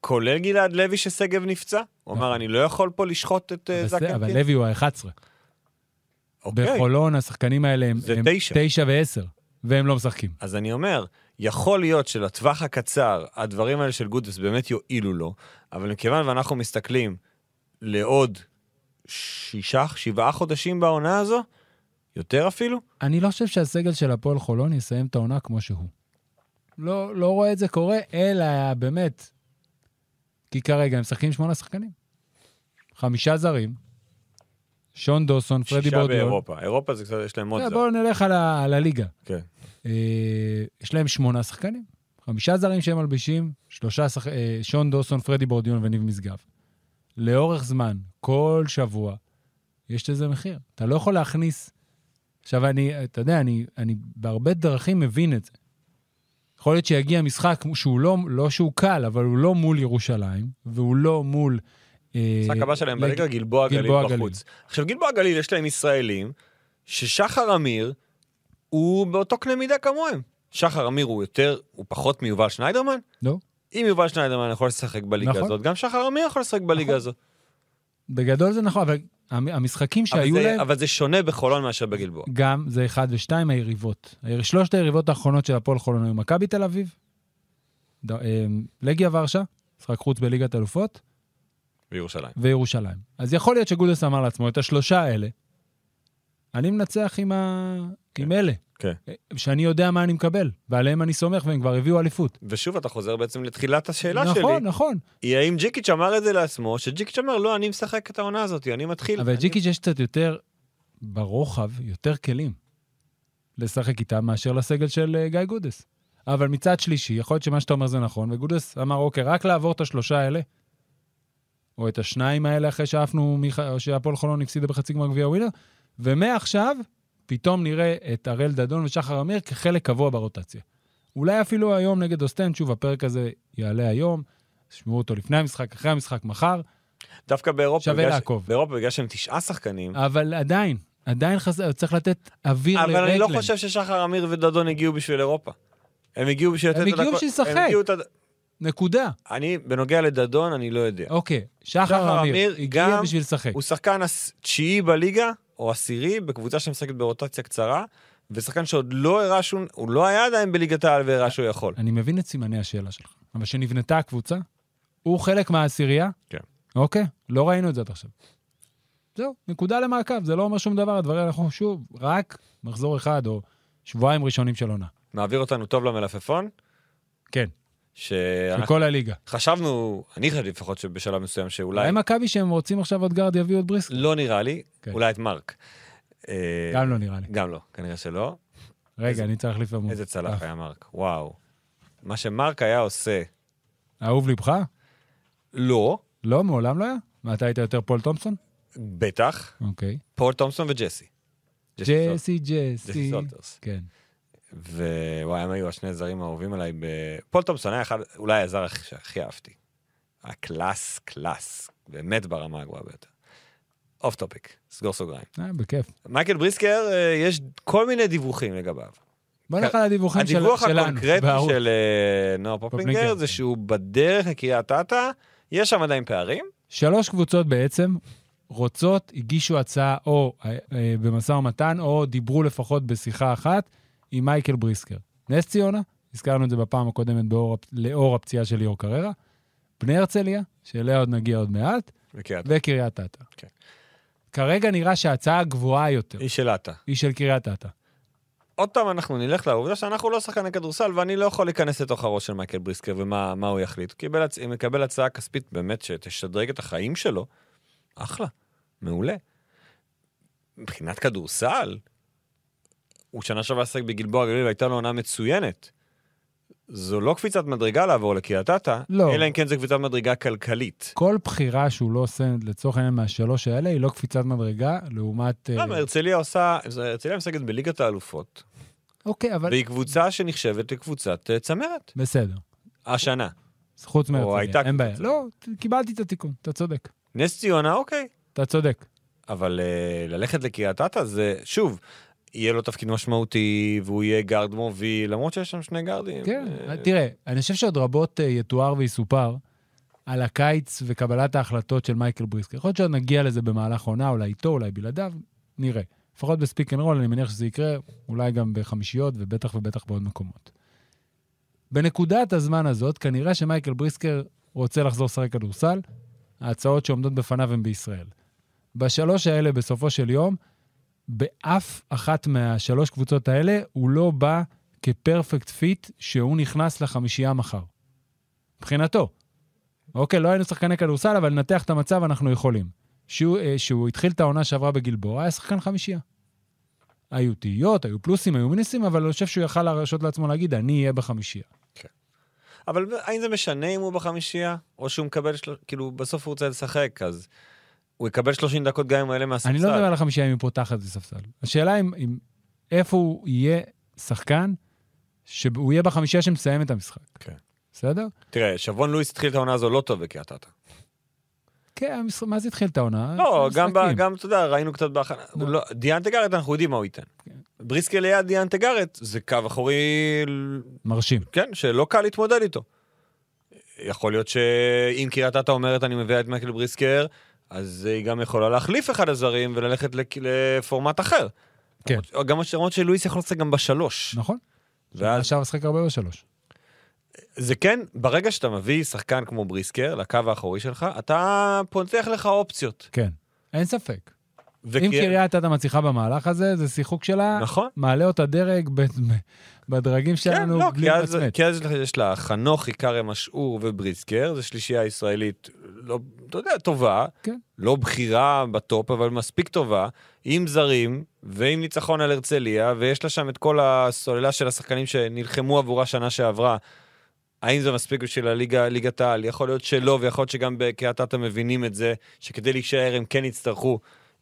כולל גלעד לוי ששגב נפצע. הוא נכון. אמר, אני לא יכול פה לשחוט את אה, בסדר, זקן. אבל כן." לוי הוא ה-11. אוקיי. בחולון השחקנים האלה הם זה הם תשע. תשע ועשר, והם לא משחקים. אז אני אומר, יכול להיות שלטווח הקצר, הדברים האלה של גודס באמת יועילו לו, אבל מכיוון ואנחנו מסתכלים לעוד שישה, שבעה חודשים בעונה הזו, יותר אפילו, אני לא חושב שהסגל של הפועל חולון יסיים את העונה כמו שהוא. לא, לא רואה את זה קורה, אלא באמת, כי כרגע הם משחקים שמונה שחקנים. חמישה זרים, שון דוסון, פרדי שישה בורדיון. באירופה. אירופה זה קצת, יש להם עוד אה, זר. בואו נלך על, ה, על הליגה. כן. אה, יש להם שמונה שחקנים, חמישה זרים שהם מלבישים, שלושה שח... אה, שון דוסון, פרדי בורדיון וניב משגב. לאורך זמן, כל שבוע, יש לזה מחיר. אתה לא יכול להכניס... עכשיו, אני, אתה יודע, אני, אני בהרבה דרכים מבין את זה. יכול להיות שיגיע משחק שהוא לא, לא שהוא קל, אבל הוא לא מול ירושלים, והוא לא מול... אה, המשחק הבא שלהם לג- בליגה, גלבוע גליל גלבוע גליל. בחוץ. עכשיו, גלבוע גליל יש להם ישראלים, ששחר אמיר הוא באותו קנה מידה כמוהם. שחר אמיר הוא יותר, הוא פחות מיובל שניידרמן? לא. אם יובל שניידרמן יכול לשחק בליגה נכון. הזאת, גם שחר אמיר יכול לשחק בליגה נכון. הזאת. בגדול זה נכון, אבל המ- המשחקים אבל שהיו זה- להם... אבל זה שונה בחולון מאשר בגלבוע. גם זה אחד ושתיים היריבות. היר- שלושת היריבות האחרונות של הפועל חולון היו מכבי תל אביב, ד- אמ, לגיה ורשה, משחק חוץ בליגת אלופות, בירושלים. וירושלים. אז יכול להיות שגודס אמר לעצמו, את השלושה האלה, אני מנצח עם, ה... כן. עם אלה. אה, כן. שאני יודע מה אני מקבל, ועליהם אני סומך, והם כבר הביאו אליפות. ושוב, אתה חוזר בעצם לתחילת השאלה נכון, שלי, נכון. היא האם ג'יקיץ' אמר את זה לעצמו, שג'יקיץ' אמר, לא, אני משחק את העונה הזאת, אני מתחיל. אבל אני- ג'יקיץ' יש קצת יותר, ברוחב, יותר כלים לשחק איתם מאשר לסגל של אה, גיא גודס. אבל מצד שלישי, יכול להיות שמה שאתה אומר זה נכון, וגודס אמר, אוקיי, רק לעבור את השלושה האלה, או את השניים האלה אחרי שעפנו, מיכ- או שהפועל חולון הפסידה בחצי גמר גביע ווינר, ומעכשיו, פתאום נראה את הראל דדון ושחר אמיר כחלק קבוע ברוטציה. אולי אפילו היום נגד אוסטן, שוב, הפרק הזה יעלה היום, תשמעו אותו לפני המשחק, אחרי המשחק, מחר, דווקא באירופה, שווה בגלל ש- לעקוב. באירופה, בגלל שהם תשעה שחקנים, אבל עדיין, עדיין חסר, צריך לתת אוויר לרגלן. אבל אני לא חושב ששחר אמיר ודדון הגיעו בשביל אירופה. הם הגיעו בשביל הם לתת את הגיעו הכל- בשביל לשחק. הם הגיעו את הד- נקודה. אני, בנוגע לדדון, אני לא יודע. אוקיי, שחר שחר אמיר אמיר הגיע גם- בשביל לשחק. הוא שחקן הס- תשיעי בליגה, או עשירי, בקבוצה שמשחקת ברוטציה קצרה, ושחקן שעוד לא הראה שהוא, הוא לא היה עדיין בליגת העל והראה שהוא יכול. אני מבין את סימני השאלה שלך, אבל שנבנתה הקבוצה, הוא חלק מהעשירייה? כן. אוקיי, לא ראינו את זה עד עכשיו. זהו, נקודה למעקב, זה לא אומר שום דבר, הדברים אנחנו שוב, רק מחזור אחד או שבועיים ראשונים של עונה. מעביר אותנו טוב למלפפון, כן, שאנחנו בכל הליגה. חשבנו, אני חשבתי לפחות שבשלב מסוים שאולי, אולי מכבי שהם רוצים עכשיו עוד גארד יביאו את בריסק? לא נראה לי, כן. אולי את מרק. אה, גם לא נראה לי. גם לא, כנראה שלא. רגע, איזה- אני צריך לפעמים. איזה צלח היה מרק, וואו. מה שמרק היה עושה, אהוב ליבך? לא, לא, מעולם לא היה. מה, אתה היית יותר פול תומפסון? בטח, אוקיי. פול תומפסון וג'סי. סולטרס. ג'סי, ג'סי ג'סי. סולטרס. כן. ווואי, הם היו השני הזרים האהובים עליי ב... פול תומפסון היה אחד, אולי הזר הכי- שהכי אהבתי. היה קלאס, קלאס, באמת ברמה הגבוהה ביותר. אוף טופיק, סגור סוגריים. אה, בכיף. מייקל בריסקר, אה, יש כל מיני דיווחים לגביו. בוא נלך על הדיווחים אוקיי, של- הדיווח שלנו. הקונקרטי בערוץ. של אה, נועה פופלינגר, פופלינגר כן. זה שהוא בדרך לקריית אתא, יש שם עדיין פערים, שלוש קבוצות בעצם רוצות, הגישו הצעה או אה, אה, במשא ומתן, או דיברו לפחות בשיחה אחת עם מייקל בריסקר. נס ציונה, הזכרנו את זה בפעם הקודמת באור, הפ- לאור הפציעה של ליאור קררה, בני הרצליה, שאליה עוד נגיע עוד מעט, בקריית אתא. וקריית אתא. כן. אה, כרגע נראה שההצעה הגבוהה יותר היא של אתא. היא של קריית אתא. עוד פעם אנחנו נלך לעובדה שאנחנו לא שחקני כדורסל ואני לא יכול להיכנס לתוך הראש של מייקל בריסקר ומה מה הוא יחליט. הוא קיבל, הצ- אם יקבל הצעה כספית באמת שתשדרג את החיים שלו, אחלה, מעולה. מבחינת כדורסל, הוא שנה שעברה שחק בגלבוע גליל והייתה לו עונה מצוינת. זו לא קפיצת מדרגה לעבור לקריית אתא, לא. אלא אם כן זו קפיצת מדרגה כלכלית. כל בחירה שהוא לא עושה לצורך העניין מהשלוש האלה היא לא קפיצת מדרגה לעומת... אה, למה הרצליה עושה, הרצליה משחקת בליגת האלופות, אוקיי, אבל והיא קבוצה שנחשבת לקבוצת אה, צמרת, בסדר. השנה. חוץ הייתה מהרצליה, אין בעיה. קבוצה. לא, ת- קיבלתי את התיקון, אתה צודק. נס ציונה, אוקיי. אתה צודק. אבל uh, ללכת לקריית אתא זה, שוב, יהיה לו תפקיד משמעותי, והוא יהיה גארד מוביל, למרות שיש שם שני גארדים. כן, אה, תראה, אני חושב שעוד רבות אה, יתואר ויסופר על הקיץ וקבלת ההחלטות של מייקל בריסקר. יכול להיות שעוד נגיע לזה במהלך העונה, אולי איתו, אולי בלעדיו, נראה. לפחות בספיק אנד רול, אני מניח שזה יקרה, אולי גם בחמישיות, ובטח ובטח בעוד מקומות. בנקודת הזמן הזאת, כנראה שמייקל בריסקר רוצה לחזור לשחק כדורסל, ההצעות שעומדות בפניו הן בישראל. בשלוש האלה, בסופו של יום, באף אחת מהשלוש קבוצות האלה הוא לא בא כפרפקט פיט שהוא נכנס לחמישייה מחר. מבחינתו. אוקיי, לא היינו שחקני כדורסל, אבל לנתח את המצב אנחנו יכולים. שהוא, אה, שהוא התחיל את העונה שעברה בגלבוע, היה שחקן חמישייה. היו תהיות, היו פלוסים, היו מינוסים, אבל אני חושב שהוא יכל להרשות לעצמו להגיד, אני אהיה בחמישייה. אבל האם זה משנה אם הוא בחמישייה, או שהוא מקבל, של... כאילו, בסוף הוא רוצה לשחק, אז הוא יקבל 30 דקות גם אם הוא יעלה מהספסל. אני לא מדבר על החמישייה אם היא פותחת בספסל. השאלה אם, אם איפה הוא יהיה שחקן, שהוא יהיה בחמישייה שמסיים את המשחק. כן. בסדר? תראה, שבון לואיס התחיל את העונה הזו לא טוב בקריית אה, אתא. כן, המשחק- מה זה התחיל את העונה? לא, גם, ב... משחקים. גם, אתה יודע, ראינו קצת בהכנה. הוא לא... דיאנטה גארט, אנחנו יודעים מה הוא ייתן. כן. בריסקל ליד דיאנטה גארט, זה קו אחורי מרשים. כן, שלא קל להתמודד איתו. יכול להיות שאם קריית אתא אומרת אני מביאה את מייקל בריסקר, אז היא גם יכולה להחליף אחד הזרים וללכת לק- לפורמט אחר. כן. למרות- גם למרות שלואיס יכול לשחק גם בשלוש. נכון. ואז עכשיו משחק הרבה בשלוש. זה כן, ברגע שאתה מביא שחקן כמו בריסקר לקו האחורי שלך, אתה פותח לך אופציות. כן. אין ספק. וקר- אם קריית אתא מצליחה במהלך הזה, זה שיחוק שלה, כן. נכון. מעלה אותה דרג ב- בדרגים כן, שלנו לא, בלי כי אז- למצמץ. כי אז יש לך- יש לה חנוכי, כרם אשעור ובריסקר, זו שלישייה ישראלית לא, אתה יודע, טובה, כן. לא בחירה בטופ, אבל מספיק טובה, עם זרים ועם ניצחון על הרצליה, ויש לה שם את כל הסוללה של השחקנים שנלחמו עבורה שנה שעברה. האם זה מספיק בשביל הליגה, ליגת העל? יכול להיות שלא, ויכול להיות שגם בקריית אתא מבינים את זה, שכדי להישאר הם כן יצטרכו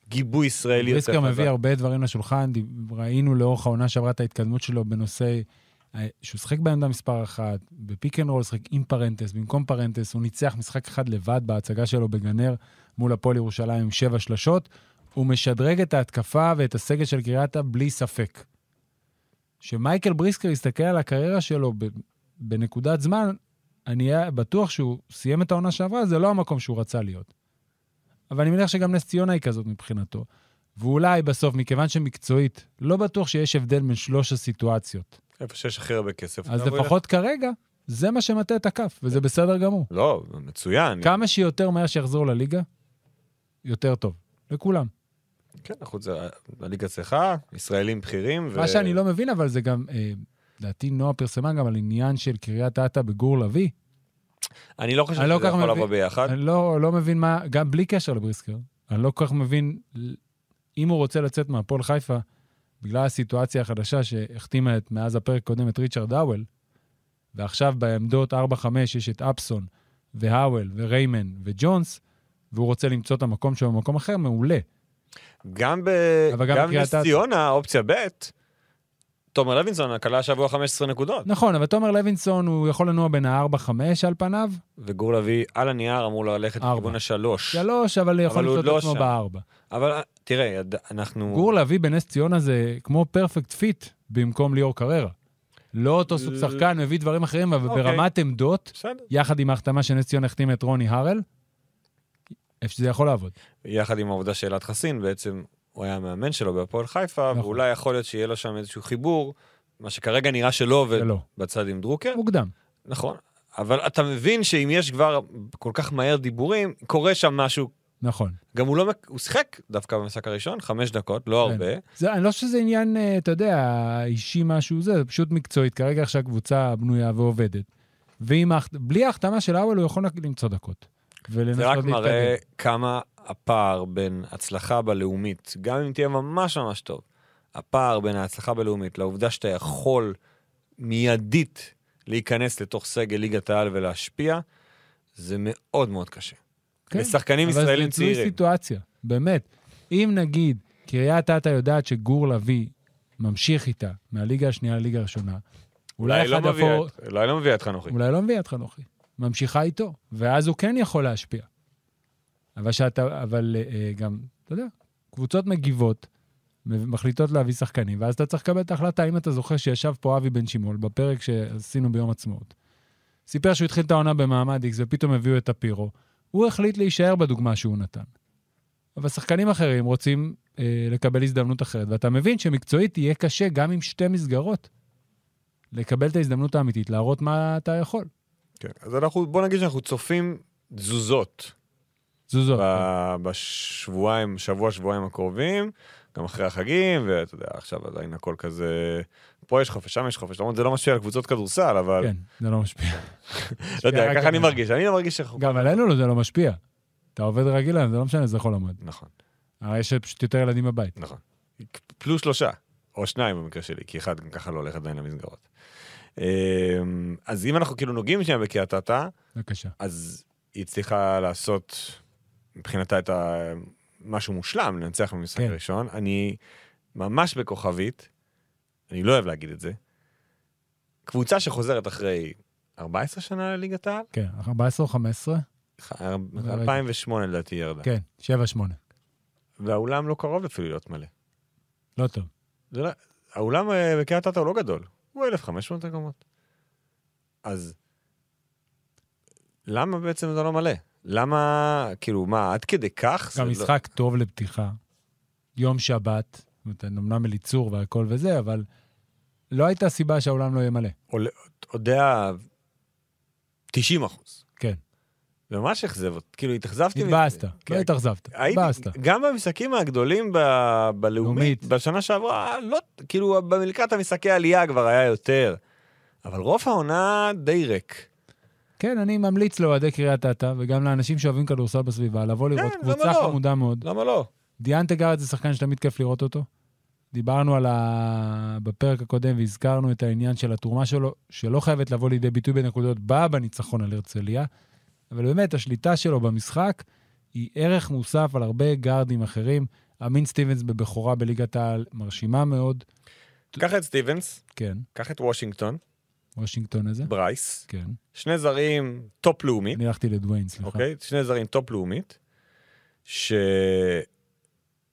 גיבוי ישראלי יותר ריסקר מביא הרבה דברים לשולחן, דיב- ראינו לאורך העונה שעברה את ההתקדמות שלו בנושא, אה, שהוא שיחק בעמדה מספר אחת, בפיק אנד רול שיחק עם פרנטס, במקום פרנטס, הוא ניצח משחק אחד לבד בהצגה שלו בגנר מול הפועל ירושלים עם שבע שלשות, הוא משדרג את ההתקפה ואת הסגל של קריאטה בלי ספק. שמייקל בריסקר יסתכל על הקריירה שלו ב- בנקודת זמן, אני היה בטוח שהוא סיים את העונה שעברה, זה לא המקום שהוא רצה להיות. אבל אני מניח שגם נס ציונה היא כזאת מבחינתו. ואולי בסוף, מכיוון שמקצועית, לא בטוח שיש הבדל בין שלוש הסיטואציות. איפה שיש הכי הרבה כסף. אז אתה עובד. לפחות כרגע, זה מה שמטה את הכף, וזה בסדר גמור. לא, מצוין. כמה שיותר מהר שיחזור לליגה, יותר טוב. לכולם. כן, אנחנו זה... הליגה צריכה, ישראלים בכירים. מה שאני לא מבין, אבל זה גם, אה, לדעתי נועה פרסמה גם על עניין של קריית אתא בגור לביא. אני לא חושב אני לא שזה כל כך יכול מבין. לבוא ביחד. אני לא, לא מבין מה, גם בלי קשר לבריסקר, אני לא כל כך מבין, אם הוא רוצה לצאת מהפועל חיפה, בגלל הסיטואציה החדשה שהחתימה את, מאז הפרק הקודם את ריצ'רד האוול, ועכשיו בעמדות 4-5 יש את אפסון, והאוול, וריימן, וג'ונס, והוא רוצה למצוא את המקום שלו במקום אחר, מעולה. גם ב... אבל גם גם בקריית נס אתא. ציונה, אופציה ב', תומר לוינסון, הכלה השבוע 15 נקודות. נכון, אבל תומר לוינסון, הוא יכול לנוע בין ה-4-5 על פניו, וגור לביא על הנייר אמור ללכת ארבע. לכיוון השלוש. 3, אבל הוא יכול אבל הוא למצוא את לא עצמו שם. ב-4. אבל אה, תראה, יד- אנחנו... גור לביא בנס ציונה זה כמו פרפקט פיט במקום ליאור קררה. לא אותו סוג ל- שחקן, מביא דברים אחרים, אבל אוקיי. ברמת עמדות, בסדר. יחד עם ההחתמה שנס ציונה החתימה את רוני הראל, איפה שזה יכול לעבוד. יחד עם העובדה שאלעד חסין, בעצם הוא היה המאמן שלו בהפועל חיפה, נכון. ואולי יכול להיות שיהיה לו שם איזשהו חיבור, מה שכרגע נראה שלא עובד זה לא. בצד עם דרוקר. מוקדם. נכון. אבל אתה מבין שאם יש כבר כל כך מהר דיבורים, קורה שם משהו. נכון. גם הוא לא... מק- הוא שיחק דווקא במשחק הראשון, חמש דקות, לא כן. הרבה. זה, אני לא חושב שזה עניין, אה, אתה יודע, אישי משהו זה, זה פשוט מקצועית. כרגע עכשיו הקבוצה בנויה ועובדת. ועם ההח- בלי ההחתמה של האוול הוא יכול למצוא דקות. זה רק ולנסות מראה להתקדם. כמה הפער בין הצלחה בלאומית, גם אם תהיה ממש ממש טוב, הפער בין ההצלחה בלאומית לעובדה שאתה יכול מיידית להיכנס לתוך סגל ליגת העל ולהשפיע, זה מאוד מאוד קשה. כן. לשחקנים אבל ישראלים זה תלוי צעירים. סיטואציה, באמת. אם נגיד קריית אתא יודעת שגור לביא ממשיך איתה מהליגה השנייה לליגה הראשונה, אולי לא אחד מביאה אפור... את- אולי לא מביאה את חנוכי. אולי לא מביאה את חנוכי, ממשיכה איתו, ואז הוא כן יכול להשפיע. אבל שאתה, אבל אה, אה, גם, אתה יודע, קבוצות מגיבות, מ- מחליטות להביא שחקנים, ואז אתה צריך לקבל את ההחלטה. אם אתה זוכר שישב פה אבי בן שימול בפרק שעשינו ביום עצמאות, סיפר שהוא התחיל את העונה במעמד איקס ופתאום הביאו את הפירו, הוא החליט להישאר בדוגמה שהוא נתן. אבל שחקנים אחרים רוצים אה, לקבל הזדמנות אחרת, ואתה מבין שמקצועית יהיה קשה גם עם שתי מסגרות. לקבל את ההזדמנות האמיתית, להראות מה אתה יכול. כן. אז אנחנו, בוא נגיד שאנחנו צופים תזוזות זוזו. ב- בשבועיים, שבוע, שבועיים הקרובים, גם אחרי החגים, ואתה יודע, עכשיו עדיין הכל כזה... פה יש חופש, שם יש חופש, למרות זה לא משפיע על קבוצות כדורסל, אבל... כן, זה לא משפיע. לא יודע, רק ככה אני עלינו. מרגיש, אני לא מרגיש שאנחנו... גם עלינו לא, זה לא משפיע. אתה עובד רגיל, זה לא משנה, זה חול המועד. נכון, הרי יש פשוט יותר ילדים בבית. נכון. פלוס שלושה, או שניים במקרה שלי, כי אחד גם ככה לא הולך עדיין למסגרות. אמ, אז אם אנחנו כאילו נוגעים שנייה בקריית אתא, בבקשה. אז היא הצליחה לעשות מבחינתה את ה... משהו מושלם, לנצח במשחק כן. הראשון. אני ממש בכוכבית, אני לא אוהב להגיד את זה, קבוצה שחוזרת אחרי 14 שנה לליגת העל, כן, 14 או 15? ח- 2008 לדעתי ירדה, לא כן, 7-8. והאולם לא קרוב אפילו להיות מלא. לא טוב. זה לא, האולם אה, בקריית אתא הוא לא גדול, הוא 1,500 מקומות. אז למה בעצם זה לא מלא? למה, כאילו, מה, עד כדי כך? זה לא- גם משחק טוב לפתיחה. יום שבת, זאת אומרת, אמנם אליצור והכל וזה, אבל לא הייתה סיבה שהאולם לא יהיה מלא. לא, עולה- עוד היה 90 אחוז. כן. ממש אכזב אותי, כאילו, התאכזבתי. מזה. התבאסת, כן, לא התאכזבת, הייתי, התבאסת. גם במשחקים הגדולים ב- בלאומית, לאומית. בשנה שעברה, לא, כאילו, לקראת המשחקי עלייה כבר היה יותר. אבל רוב העונה די ריק. כן, אני ממליץ לאוהדי קריית אתא, וגם לאנשים שאוהבים כדורסל בסביבה, לבוא לראות למה קבוצה לא? חמודה מאוד. למה לא? דיאנטה גארד זה שחקן שתמיד כיף לראות אותו. דיברנו על ה... בפרק הקודם והזכרנו את העניין של התרומה שלו, שלא חייבת לבוא לידי ביטוי בנקודות בה בניצחון על הרצליה, אבל באמת, השליטה שלו במשחק היא ערך מוסף על הרבה גארדים אחרים. אמין סטיבנס בבכורה בליגת העל מרשימה מאוד, קח את סטיבנס, כן, קח את וושינגטון, וושינגטון הזה, ברייס, כן. שני זרים טופ לאומי, אני הלכתי לדוויין, סליחה. אוקיי? שני זרים טופ לאומית,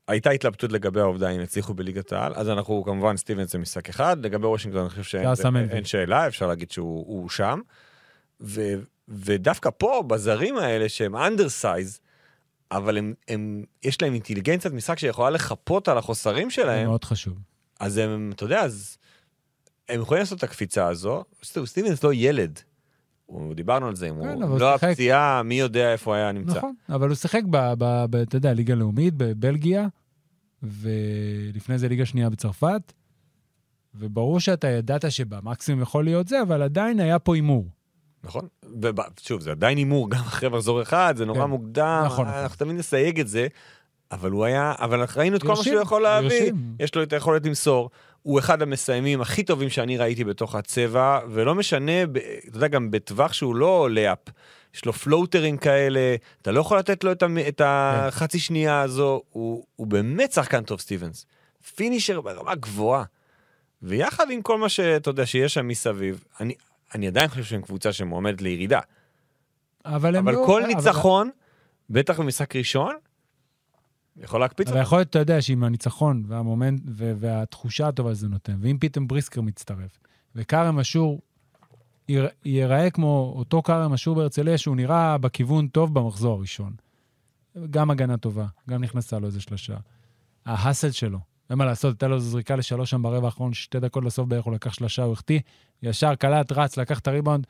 שהייתה התלבטות לגבי העובדה אם יצליחו בליגת העל, אז אנחנו כמובן, סטיבנס זה משחק אחד, לגבי וושינגטון אני חושב זה הסמן שאין וי. אין שאלה, אפשר להגיד שהוא הוא שם. ו, ודווקא פה, בזרים האלה שהם אנדרסייז, אבל הם, הם, יש להם אינטליגנציית משחק שיכולה לחפות על החוסרים זה שלהם, מאוד חשוב. אז הם, אתה יודע, אז הם יכולים לעשות את הקפיצה הזו. סט- סטיבנס לא ילד. הוא- דיברנו על זה, אם כן, אבל הוא הוא לא שיחק. הפציעה, מי יודע איפה היה נמצא. נכון, אבל הוא שיחק, ב, ב, ב, אתה יודע, ליגה לאומית בבלגיה, ולפני זה ליגה שנייה בצרפת, וברור שאתה ידעת שבמקסימום יכול להיות זה, אבל עדיין היה פה הימור. נכון. וב- שוב, זה עדיין הימור, גם אחרי מחזור אחד, זה נורא כן. מוקדם, נכון, נכון. אנחנו תמיד נסייג את זה, אבל הוא היה, אבל ראינו את כל מה הרשים, שהוא יכול להביא. הרשים. יש לו את היכולת למסור. הוא אחד המסיימים הכי טובים שאני ראיתי בתוך הצבע, ולא משנה, ב- אתה יודע, גם בטווח שהוא לא לאפ. יש לו פלוטרים כאלה, אתה לא יכול לתת לו את, המ... את החצי שנייה הזו, הוא, הוא באמת שחקן טוב, סטיבנס. פינישר ברמה גבוהה. ויחד עם כל מה שאתה יודע שיש שם מסביב, אני, אני עדיין חושב שהם קבוצה שמועמדת לירידה. אבל, הם אבל לא, כל ניצחון, בטח במשחק ראשון, יכול להקפיץ אבל אותם. יכול להיות, אתה יודע, שעם הניצחון והמומנט ו- והתחושה הטובה שזה נותן, ואם פתאום בריסקר מצטרף, וכרם אשור יירא- ייראה כמו אותו כרם אשור בהרצליה, שהוא נראה בכיוון טוב במחזור הראשון. גם הגנה טובה, גם נכנסה לו איזה שלושה. ההאסל שלו, אין מה לעשות, הייתה לו איזו זריקה לשלוש שם ברבע האחרון, שתי דקות לסוף בערך, הוא לקח שלושה, הוא החטיא, ישר קלט, רץ, לקח את הריבאונד,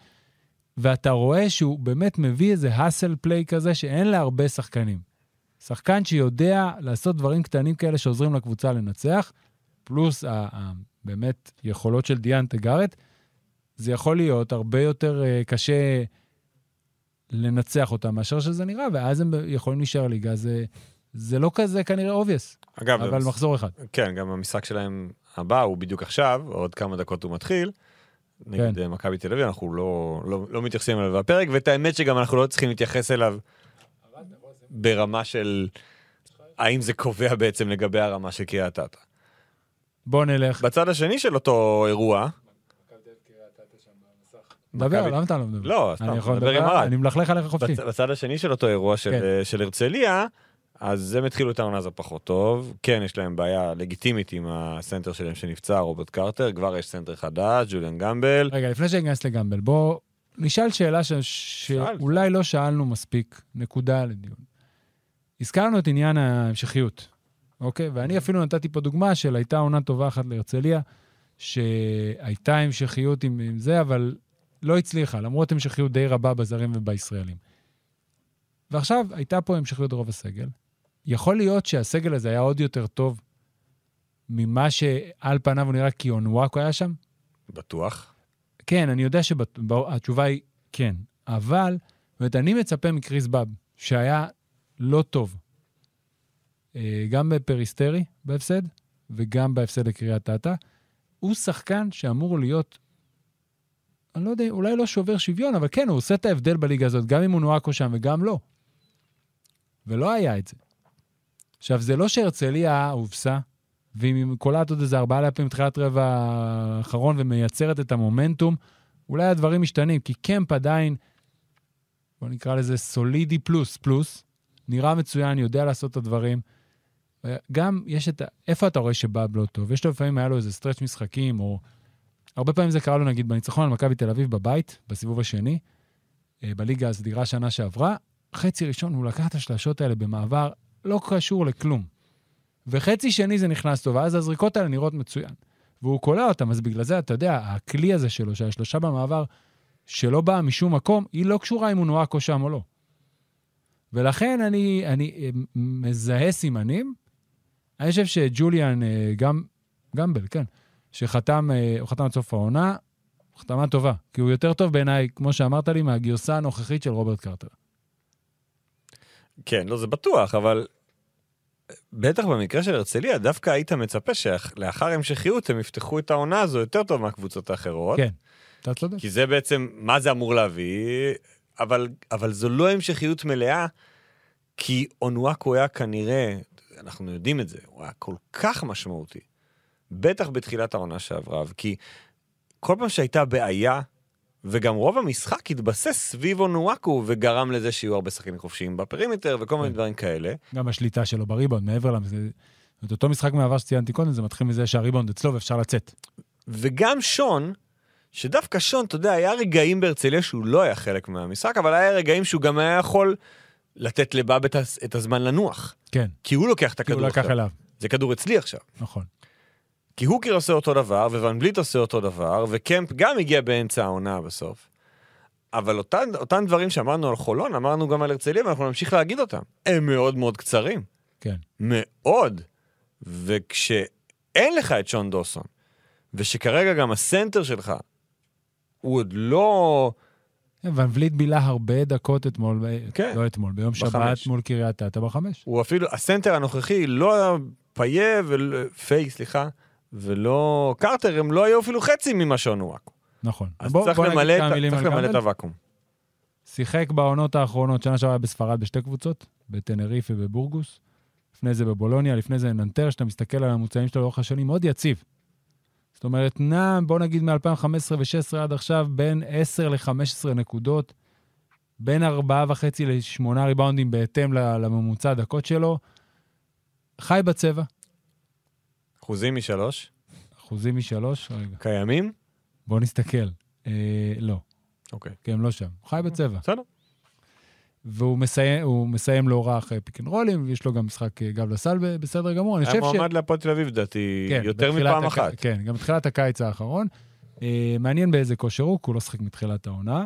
ואתה רואה שהוא באמת מביא איזה האסל פליי כזה שאין להרבה שחקנים. שחקן שיודע לעשות דברים קטנים כאלה שעוזרים לקבוצה לנצח, פלוס ה- ה- באמת יכולות של דיאן טגארט, זה יכול להיות הרבה יותר אה, קשה לנצח אותם מאשר שזה נראה, ואז הם יכולים להישאר ליגה. זה, זה לא כזה כנראה obvious, אגב, אבל המש- מחזור אחד. כן, גם המשחק שלהם הבא הוא בדיוק עכשיו, עוד כמה דקות הוא מתחיל. כן. נגד אה, מכבי תל אביב, אנחנו לא, לא, לא מתייחסים אליו בפרק, ואת האמת שגם אנחנו לא צריכים להתייחס אליו ברמה של האם זה קובע בעצם לגבי הרמה של קריית אתא. בוא נלך. בצד השני של אותו אירוע, דבר, מכבי- למה אתה לא מדבר? לא, סתם, אני יכול דבר עם לדבר, ארד. אני מלכלך עליך חופשי. בצ, בצד השני של אותו אירוע של, אה, כן. של הרצליה, אז הם התחילו את העונה הזו פחות טוב. כן, יש להם בעיה לגיטימית עם הסנטר שלהם שנפצע, רוברט קרטר, כבר יש סנטר חדש, ג'וליאן גמבל. רגע, לפני שניכנס לגמבל, בוא נשאל שאלה ש... שאולי לא שאלנו מספיק, נקודה לדיון. הזכרנו את עניין ההמשכיות, אוקיי? ואני אפילו נתתי פה דוגמה של הייתה עונה טובה אחת להרצליה, שהייתה המשכיות עם, עם זה, אבל לא הצליחה, למרות המשכיות די רבה בזרים ובישראלים. ועכשיו, הייתה פה המשכיות רוב הסגל. יכול להיות שהסגל הזה היה עוד יותר טוב ממה שעל פניו הוא נראה כי אונוואקו היה שם? בטוח. כן, אני יודע שהתשובה היא כן, אבל, זאת אומרת, אני מצפה מקריס באב, שהיה לא טוב, אה, גם בפריסטרי בהפסד, וגם בהפסד לקריית אתא, הוא שחקן שאמור להיות, אני לא יודע, אולי לא שובר שוויון, אבל כן, הוא עושה את ההבדל בליגה הזאת, גם אם הוא נועקו שם וגם לא. ולא היה את זה. עכשיו, זה לא שהרצליה הובסה, ואם היא קולעת עוד איזה ארבעה לאפים מתחילת רבע האחרון ומייצרת את המומנטום, אולי הדברים משתנים, כי קמפ עדיין, בוא נקרא לזה סולידי פלוס פלוס, נראה מצוין, יודע לעשות את הדברים. גם יש את ה... איפה אתה רואה שבאב לא טוב? יש לו לפעמים, היה לו איזה סטרץ' משחקים, או... הרבה פעמים זה קרה לו, נגיד, בניצחון על מכבי תל אביב בבית, בסיבוב השני, אה, בליגה הסדירה שנה שעברה. חצי ראשון הוא לקח את השלשות האלה במעבר, לא קשור לכלום. וחצי שני זה נכנס לו, ואז הזריקות האלה נראות מצוין. והוא קולע אותם, אז בגלל זה, אתה יודע, הכלי הזה שלו, שהשלושה במעבר, שלא באה משום מקום, היא לא קשורה אם הוא נועק או שם או לא. ולכן אני, אני אה, מזהה סימנים. אני חושב שג'וליאן, אה, גם, גמבל, כן, שחתם, אה, הוא חתם עד סוף העונה, החתמה טובה, כי הוא יותר טוב בעיניי, כמו שאמרת לי, מהגרסה הנוכחית של רוברט קרטר. כן, לא, זה בטוח, אבל בטח במקרה של הרצליה, דווקא היית מצפה שלאחר המשכיות הם יפתחו את העונה הזו יותר טוב מהקבוצות האחרות. כן, אתה צודק. כי זה בעצם, מה זה אמור להביא, אבל, אבל זו לא המשכיות מלאה, כי אונואקו היה כנראה, אנחנו יודעים את זה, הוא היה כל כך משמעותי, בטח בתחילת העונה שעברה, כי כל פעם שהייתה בעיה, וגם רוב המשחק התבסס סביב אונואקו וגרם לזה שיהיו הרבה שחקנים חופשיים בפרימטר וכל מיני דברים כאלה. גם השליטה שלו בריבאונד, מעבר לזה, את אותו משחק מעבר שציינתי קודם, זה מתחיל מזה שהריבאונד אצלו ואפשר לצאת. וגם שון, שדווקא שון, אתה יודע, היה רגעים בהרצליה שהוא לא היה חלק מהמשחק, אבל היה רגעים שהוא גם היה יכול לתת לבאב את, הז- את הזמן לנוח. כן, כי הוא לוקח את כי הכדור הוא לקח עכשיו. אליו, זה כדור אצלי עכשיו. נכון. כי הוקר עושה אותו דבר, וואן בליט עושה אותו דבר, וקמפ גם הגיע באמצע העונה בסוף. אבל אותן, אותן דברים שאמרנו על חולון, אמרנו גם על הרצליה, ואנחנו נמשיך להגיד אותם. הם מאוד מאוד קצרים. כן. מאוד. וכשאין לך את שון דוסון, ושכרגע גם הסנטר שלך, הוא עוד לא... ון וליט בילה הרבה דקות אתמול, ב- כן. לא אתמול, ביום שבת בחמש. מול קריית אתא בחמש. הוא אפילו, הסנטר הנוכחי, לא פיה, ולא- פיי, סליחה, ולא קרטר, הם לא היו אפילו חצי ממה שון וואקו. נכון. אז בוא- צריך בוא נגיד למלא כמה את ה- מילים צריך על למלא את קמבל. הוואקום. שיחק בעונות האחרונות, שנה שעברה בספרד בשתי קבוצות, בטנריף ובבורגוס. לפני זה בבולוניה, לפני זה ננטר, שאתה מסתכל על הממוצעים שלו לאורך השנים, מאוד יציב. זאת אומרת, נע, בוא נגיד מ-2015 ו-2016 עד עכשיו, בין 10 ל-15 נקודות, בין 4.5 ל-8 ריבאונדים בהתאם ל- לממוצע הדקות שלו. חי בצבע, אחוזים משלוש, אחוזים משלוש, רגע, קיימים? בוא נסתכל. אה, לא, אוקיי. כי הם לא שם. חי בצבע. בסדר. והוא מסיים, הוא מסיים לא רע אחרי פיק אנד רולים, ויש לו גם משחק אה, גב לסל ב- בסדר גמור. אני היה חושב ש... מועמד להפועל תל אביב, לדעתי, כן, יותר בתחילת מפעם הק- אחת. כן, גם בתחילת הקיץ האחרון. אה, מעניין באיזה כושר הוא, כי הוא לא שחק מתחילת העונה,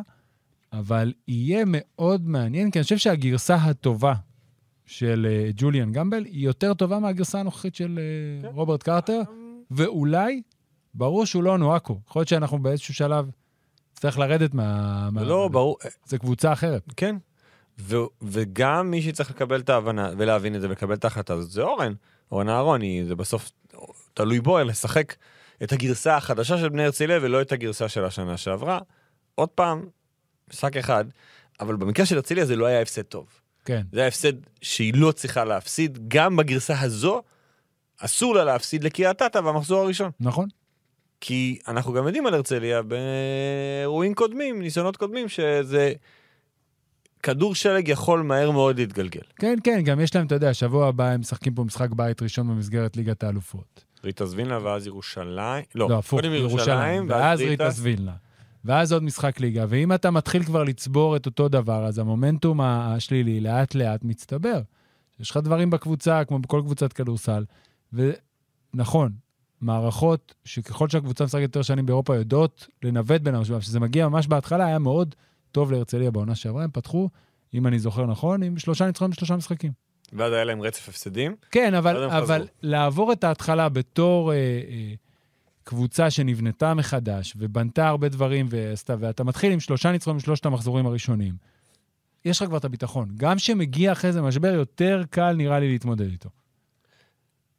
אבל יהיה מאוד מעניין, כי אני חושב שהגרסה הטובה של אה, ג'וליאן גמבל היא יותר טובה מהגרסה הנוכחית של אה, כן. רוברט קרטר, ואולי, ברור שהוא לא נועקו. יכול להיות שאנחנו באיזשהו שלב נצטרך לרדת מה... מה- לא, ברור, זה קבוצה אחרת. כן. ו- וגם מי שצריך לקבל את ההבנה ולהבין את זה ולקבל את ההחלטה הזאת זה אורן, אורן אהרוני, זה בסוף תלוי בו לשחק את הגרסה החדשה של בני הרצליה ולא את הגרסה של השנה שעברה. עוד פעם, משחק אחד, אבל במקרה של הרצליה זה לא היה הפסד טוב. כן. זה היה הפסד שהיא לא צריכה להפסיד, גם בגרסה הזו אסור לה להפסיד לקריית אתא במחזור הראשון. נכון? כי אנחנו גם יודעים על הרצליה באירועים קודמים, ניסיונות קודמים, שזה כדור שלג יכול מהר מאוד להתגלגל. כן, כן, גם יש להם, אתה יודע, שבוע הבא הם משחקים פה משחק בית ראשון במסגרת ליגת האלופות. ריטה זווינלה ואז ירושלים, לא, הפוך, קודם ירושלים, ואז ריטה סווילנה. ואז עוד משחק ליגה, ואם אתה מתחיל כבר לצבור את אותו דבר, אז המומנטום ה- השלילי לאט-לאט מצטבר. יש לך דברים בקבוצה, כמו בכל קבוצת כדורסל, ונכון, מערכות שככל שהקבוצה משחקת יותר שנים באירופה יודעות לנווט בין המשבר, שזה מגיע ממש בהתחלה, היה מאוד טוב להרצליה בעונה שעברה, הם פתחו, אם אני זוכר נכון, עם שלושה ניצחונות בשלושה משחקים. ואז היה להם רצף הפסדים. כן, ואז אבל, הם חזרו. אבל לעבור את ההתחלה בתור אה, אה, קבוצה שנבנתה מחדש ובנתה הרבה דברים, ועשתה, ואתה מתחיל עם שלושה ניצחונות משלושת המחזורים הראשונים, יש לך כבר את הביטחון. גם כשמגיע אחרי זה משבר, יותר קל נראה לי להתמודד איתו.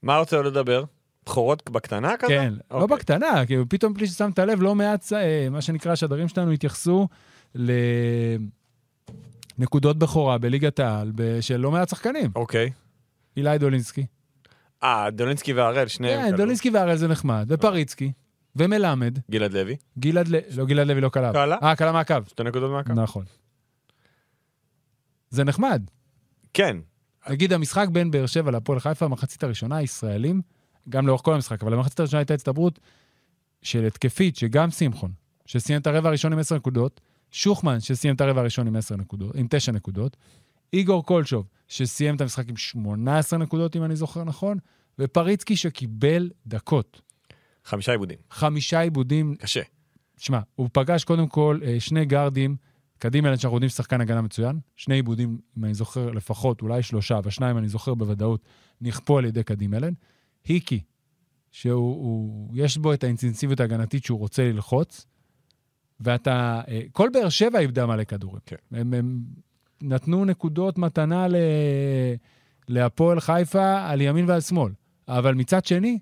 מה רוצה עוד לדבר? בכורות בקטנה כזה? כן, לא אוקיי. בקטנה, כאילו פתאום בלי ששמת לב, לא מעט, אה, מה שנקרא, השדרים שלנו התייחסו לנקודות בכורה בליגת העל ב- של לא מעט שחקנים. אוקיי. אילי דולינסקי. אה, דולינסקי והראל, שניהם כן, כאלו. דולינסקי והראל זה נחמד, ופריצקי, ומלמד. גלעד לוי, גלעד לוי, לא, גלעד לוי לא קלע. קלע? אה, קלע מהקו. שתי נקודות מהקו. נכון. זה נחמד. כן, נגיד, המשחק בין באר שבע להפועל חיפה, המחצית הראשונה, ישראלים, גם לאורך כל המשחק, אבל המחצית הראשונה הייתה הצטברות של התקפית, שגם שמחון, שסיים את הרבע הראשון עם 10 נקודות, שוחמן, שסיים את הרבע הראשון עם 10 נקודות, עם 9 נקודות, איגור קולשוב, שסיים את המשחק עם 18 נקודות, אם אני זוכר נכון, ופריצקי, שקיבל דקות. חמישה עיבודים. חמישה עיבודים קשה. שמע, הוא פגש קודם כל אה, שני גארדים, קדימה, שאנחנו יודעים ששחקן הגנה מצוין, שני עיבודים, אם אני זוכר, לפחות, אולי שלושה, אבל שניים אני זוכר בוודאות, נכפו על ידי קדימה אלן. היקי, שהוא, הוא, יש בו את האינטנסיביות ההגנתית שהוא רוצה ללחוץ, ואתה, אה, כל באר שבע איבדה מלא כדורים. כן. הם, הם נתנו נקודות מתנה ל... להפועל חיפה על ימין ועל שמאל. אבל מצד שני,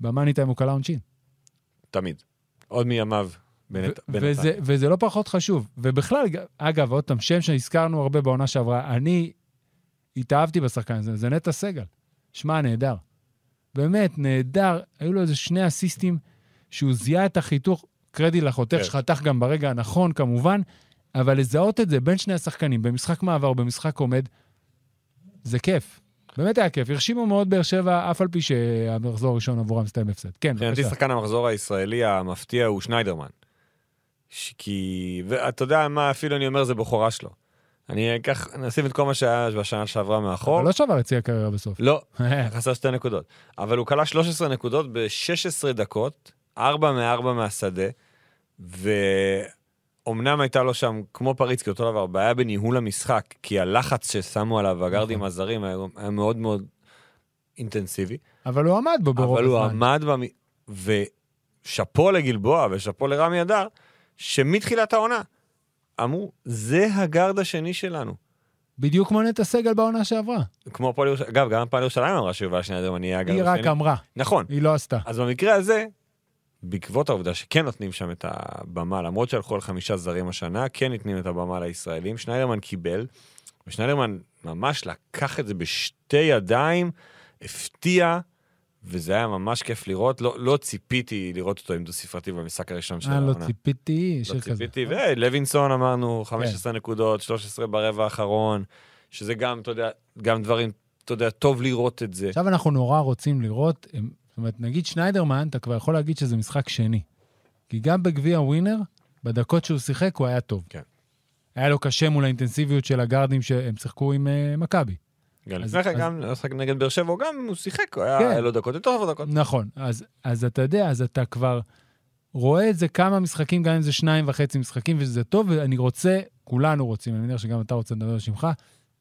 במאני טיים הוא כלה עונשין. תמיד. עוד מימיו. בנת- ו- בנתניה. וזה, וזה לא פחות חשוב. ובכלל, ג- אגב, עוד פעם, שם שהזכרנו הרבה בעונה שעברה, אני התאהבתי בשחקן הזה, זה נטע סגל. שמע, נהדר. באמת, נהדר. היו לו איזה שני אסיסטים שהוא זיהה את החיתוך, קרדי לחותך כן. שחתך גם ברגע הנכון, כמובן, אבל לזהות את זה בין שני השחקנים, במשחק מעבר, במשחק עומד, זה כיף. באמת היה כיף. הרשימו מאוד באר שבע, אף על פי שהמחזור הראשון עבורם הסתיים הפסד. כן, מבחינתי בבקשה. שחקן המחזור הישראלי המפתיע הוא שניידרמן. ש- כי, ואתה יודע מה, אפילו אני אומר, זה בכורה שלו. אני אקח, נשים את כל מה שהיה בשנה שעברה מאחור. אבל לא שבר את שיא הקריירה בסוף. לא, חסר שתי נקודות. אבל הוא כלה 13 נקודות ב-16 דקות, 4 מ-4 מהשדה, ואומנם הייתה לו שם, כמו פריצקי, אותו דבר, בעיה בניהול המשחק, כי הלחץ ששמו עליו הגארדים נכון. הזרים היה היה מאוד מאוד אינטנסיבי. אבל הוא עמד בו ברוב אבל הוא הזמן. עמד במ... ושאפו לגלבוע ושאפו לרמי אדר, שמתחילת העונה אמרו, זה הגארד השני שלנו. בדיוק כמו נטע סגל בעונה שעברה. כמו הפועל ירושלים, אגב, גם הפועל ירושלים אמרה שיובל שניידרמן יהיה הגארד היא רק השני. אמרה, נכון. היא לא עשתה. אז במקרה הזה, בעקבות העובדה שכן נותנים שם את הבמה, למרות שהלכו על חמישה זרים השנה, כן ניתנים את הבמה לישראלים, שניידרמן קיבל, ושניידרמן ממש לקח את זה בשתי ידיים, הפתיע, וזה היה ממש כיף לראות. לא, לא ציפיתי לראות אותו עם דו-ספרתי במשחק הראשון של אה, העונה. לא ציפיתי, שיר לא כזה. כן. ציפיתי, ולוינסון אמרנו, 15 נקודות, 13 ברבע האחרון, שזה גם, אתה יודע, גם דברים, אתה יודע, טוב לראות את זה. עכשיו אנחנו נורא רוצים לראות, הם- זאת אומרת, נגיד שניידרמן, אתה כבר יכול להגיד שזה משחק שני. כי גם בגביע ווינר, בדקות שהוא שיחק, הוא היה טוב. כן. היה לו קשה מול האינטנסיביות של הגארדים שהם שיחקו עם אה, מכבי. גם אז- לפני כן, אז- גם לשחק נגד באר שבע, הוא גם, הוא שיחק, הוא היה כן. היה לו דקות יותר טובות דקות. נכון, אז, אז אתה יודע, אז אתה כבר רואה את זה כמה משחקים, גם אם זה שניים וחצי משחקים, וזה טוב, ואני רוצה, כולנו רוצים, אני מניח שגם אתה רוצה לדבר בשמך,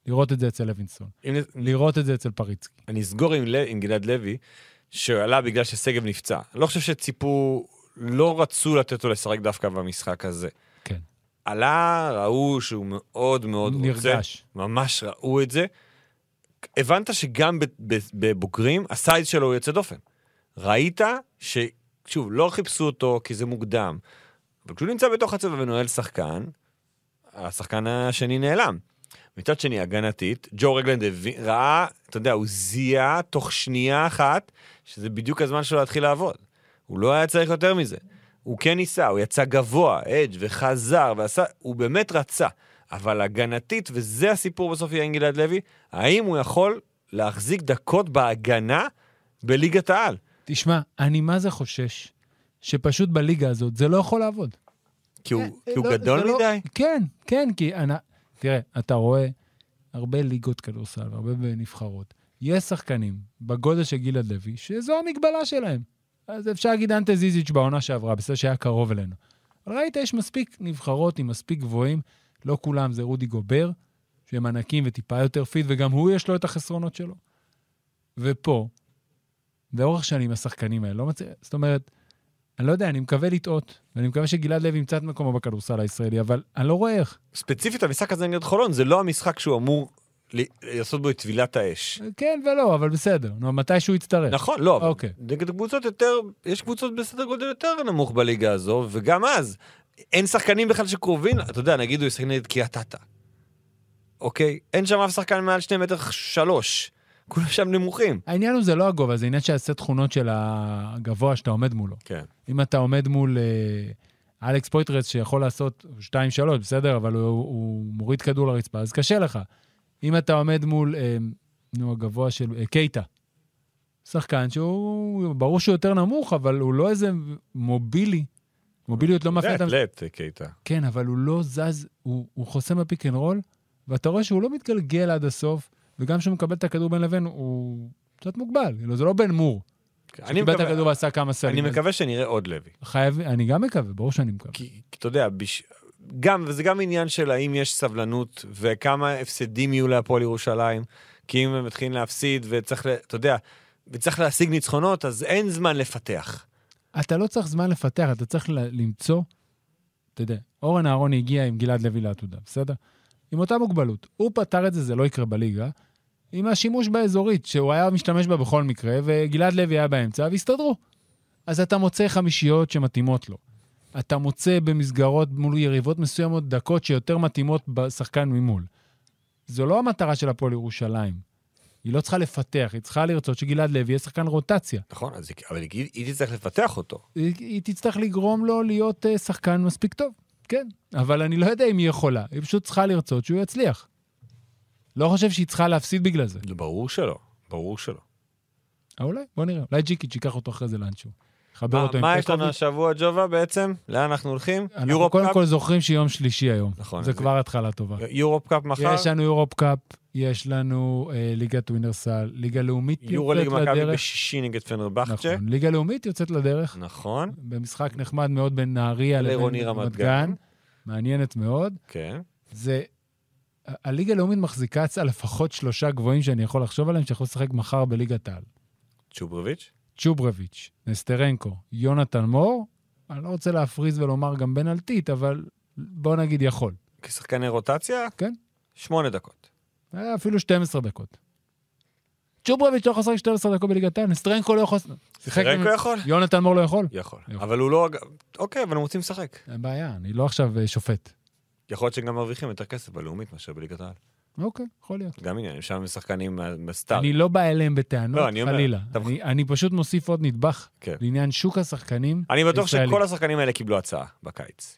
לראות את זה אצל לוינסון, אם נ- לראות את זה אצל פריצקי. אני אסגור עם ל- עם גלעד לוי, שעלה בגלל ששגב נפצע. אני לא חושב שציפו, לא רצו לתת לו לשחק דווקא במשחק הזה. כן. עלה, ראו שהוא מאוד מאוד רוצה. נרגש. ממש ראו את זה. הבנת שגם ב- ב- בבוגרים, הסייז שלו הוא יוצא דופן. ראית ש... שוב, לא חיפשו אותו כי זה מוקדם, אבל כשהוא נמצא בתוך הצבע ונועל שחקן, השחקן השני נעלם. מצד שני, הגנתית, ג'ו רגלנד הביא- ראה, אתה יודע, הוא זיהה תוך שנייה אחת, שזה בדיוק הזמן שלו להתחיל לעבוד. הוא לא היה צריך יותר מזה. הוא כן ניסה, הוא יצא גבוה, אדג' וחזר, ועשה, הוא באמת רצה. אבל הגנתית, וזה הסיפור בסוף יהיה עם גלעד לוי, האם הוא יכול להחזיק דקות בהגנה בליגת העל? תשמע, אני מה זה חושש, שפשוט בליגה הזאת זה לא יכול לעבוד. כי הוא, אה, כי הוא לא, זה גדול לא- מדי? כן, כן, כי... אנ- תראה, אתה רואה הרבה ליגות כדורסל, הרבה בנבחרות. יש שחקנים בגודל של גלעד לוי, שזו המגבלה שלהם. אז אפשר להגיד אנטה זיזיץ' בעונה שעברה, בסדר שהיה קרוב אלינו. אבל ראית, יש מספיק נבחרות עם מספיק גבוהים, לא כולם זה רודי גובר, שהם ענקים וטיפה יותר פיט, וגם הוא יש לו את החסרונות שלו. ופה, לאורך שנים השחקנים האלה לא מצליח... זאת אומרת, אני לא יודע, אני מקווה לטעות, ואני מקווה שגלעד לוי ימצא את מקומו בכדורסל הישראלי, אבל אני לא רואה איך. ספציפית, המשחק הזה נגד חולון, זה לא המשחק שהוא אמור ל- לעשות בו את טבילת האש. כן ולא, אבל בסדר. נו, מתי שהוא יצטרך. נכון, לא, אבל אוקיי. נגד קבוצות יותר, יש קבוצות בסדר גודל יותר נמוך בליגה הזו, וגם אז, אין שחקנים בכלל שקרובים, אתה יודע, נגיד הוא ישחק נגד קריית אתא, אוקיי? אין שם אף שחקן מעל שני מטר שלוש, כולם שם נמוכים. העניין הוא זה לא הגובה, זה עניין של הסט תכונות של הגבוה שאתה עומד מולו. כן. אם אתה עומד מול אה, אלכס פויטרס שיכול לעשות 2-3, בסדר, אבל הוא, הוא מוריד כדור לרצפה, אז קשה לך. אם אתה עומד מול, אה, נו, הגבוה של אה, קייטה, שחקן שהוא, ברור שהוא יותר נמוך, אבל הוא לא איזה מובילי. מוביליות לא מאפיינת את אתלט, קייטה. כן, אבל הוא לא זז, הוא, הוא חוסם בפיק אנד רול, ואתה רואה שהוא לא מתגלגל עד הסוף, וגם כשהוא מקבל את הכדור בין לבין, הוא קצת מוגבל. כאילו, זה לא בן מור, אני שקיבל את הכדור מקווה- ועשה כמה סלים. אני אז מקווה שנראה עוד לוי. חייב, אני גם מקווה, ברור שאני מקווה. כי כי אתה יודע, בש... גם, וזה גם עניין של האם יש סבלנות וכמה הפסדים יהיו להפועל ירושלים, כי אם הם מתחילים להפסיד וצריך, ל- אתה יודע, וצריך להשיג ניצחונות, אז אין זמן לפתח. אתה לא צריך זמן לפתח, אתה צריך ל- למצוא את תדע, אורן אהרוני הגיע עם גלעד לוי לעתודה, בסדר? עם אותה מוגבלות. הוא פתר את זה, זה לא יקרה בליגה, עם השימוש באזורית, שהוא היה משתמש בה בכל מקרה, וגלעד לוי היה באמצע, והסתדרו. אז אתה מוצא חמישיות שמתאימות לו. אתה מוצא במסגרות מול יריבות מסוימות דקות שיותר מתאימות בשחקן ממול. זו לא המטרה של הפועל ירושלים. היא לא צריכה לפתח, היא צריכה לרצות שגלעד לוי יהיה שחקן רוטציה. נכון, אז היא- אבל היא- היא תצטרך לפתח אותו. היא, היא תצטרך לגרום לו להיות אה, שחקן מספיק טוב, כן. אבל אני לא יודע אם היא יכולה, היא פשוט צריכה לרצות שהוא יצליח. לא חושב שהיא צריכה להפסיד בגלל זה. זה ברור שלא, ברור שלא. אה, אולי, בוא נראה. אולי ג'יקיץ' ייקח אותו אחרי זה לאנשהו. יחבר מה- אותו עם אה, מה יש לנו פרקוביץ'. השבוע, ג'ובה, בעצם? לאן אנחנו הולכים? אנחנו יורופ קודם קאפ? כל זוכרים שיום שלישי היום. נכון, זה אז- כבר התחלה טובה. יורופ קאפ מחר? יש לנו יורופ קאפ, יש לנו אה, ליגת ווינרסל, ליגה לאומית יורו יוצאת ליג מכבי לדרך. בשישי נגד פנרבחצ'ה. נכון, ליגה לאומית יוצאת לדרך, נכון, במשחק נחמד מאוד בין נהריה לעירוני לבין רמת רמת גן. גן. מעניינת מאוד. כן. זה... ה- הליגה הלאומית מחזיקה אצלה לפחות שלושה גבוהים שאני יכול לחשוב עליהם, שיכול לשחק מחר בליגת העל. צ'וברביץ'? צ'וברביץ', נסטרנקו, יונתן מור, אני לא רוצה להפריז ולומר גם בן אלטית, אבל בוא נגיד יכול. כשחקני רוטציה? כן. שמונה דקות. היה אה, אפילו 12 דקות. צ'וברביץ' לא יכול לשחק 12 דקות בליגת העל, נסטרנקו לא יכול... שיחק עם- שיחק הוא יכול? יונתן מור לא יכול? יכול. יכול. אבל הוא לא... אוקיי, אבל הם רוצים לשחק. אין בעיה, אני לא עכשיו אה, שופט. יכול להיות שהם גם מרוויחים יותר כסף בלאומית מאשר בליגת העל. אוקיי, יכול להיות. גם עניינים שם הם שחקנים אה, מה- מהסטאר. אני לא בא אליהם בטענות, לא, אני אומר, חלילה. אתה- אני- אני פשוט מוסיף עוד נדבך כן. לעניין שוק השחקנים. אני בטוח ישראלי. שכל השחקנים האלה קיבלו הצעה בקיץ.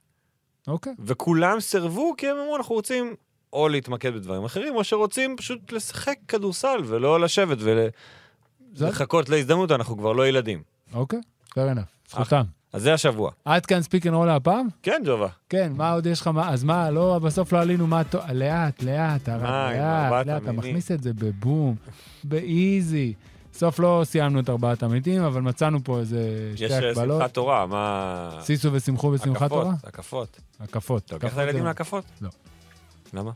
אוקיי. וכולם סירבו כי הם אמרו, אנחנו רוצים או להתמקד בדברים אחרים, או שרוצים פשוט לשחק כדורסל ולא לשבת זה- ולחכות להזדמנות, אנחנו כבר לא ילדים. אוקיי, fair enough, זכותם. אז זה השבוע. עד כאן ספיק אנד רול הפעם? כן, ג'ובה. כן, מה עוד יש לך? מה- אז מה, לא, בסוף לא עלינו, מה, טוב, לאט, לאט, הרב, מה, עם לאט, ארבעת לאט, אתה המינים? מכניס את זה בבום, באיזי. בסוף לא סיימנו את ארבעת המתים, אבל מצאנו פה איזה יש שתי אה, הקבלות. שמחת תורה, מה... סיסו ושמחו בשמחת הקפות, תורה? הקפות. הקפות. אתה לוקח את הקפות הילדים זה- להקפות? לא. למה?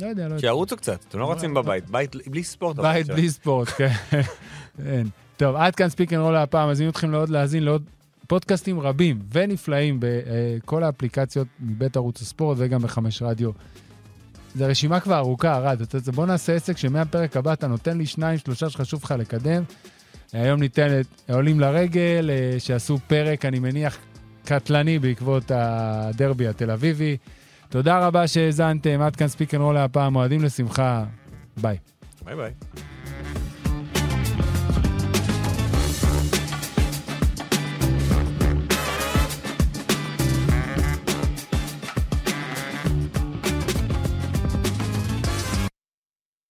לא יודע, לא יודע. שירוצו קצת, אתם לא רוצים בבית, בית בלי ספורט. אבל אוקיי. בית עכשיו. בלי ספורט, כן. אין. טוב, עד כאן ספיק אנד רול הפעם, מזמין אתכם לעוד להאזין לעוד פודקאסטים רבים ונפלאים בכל האפליקציות מבית ערוץ הספורט וגם בחמש רדיו. זו רשימה כבר ארוכה, רד. אתה יודע, בוא נעשה עסק שמהפרק הבא אתה נותן לי שניים, שלושה שחשוב לך לקדם. היום ניתן את עולים לרגל, אה, שעשו פרק, אני מניח, קטלני בעקבות הדרבי התל אביבי. תודה רבה שהאזנתם, עד כאן ספיק אנד רול הפעם, מועדים לשמחה, ביי. ביי ביי.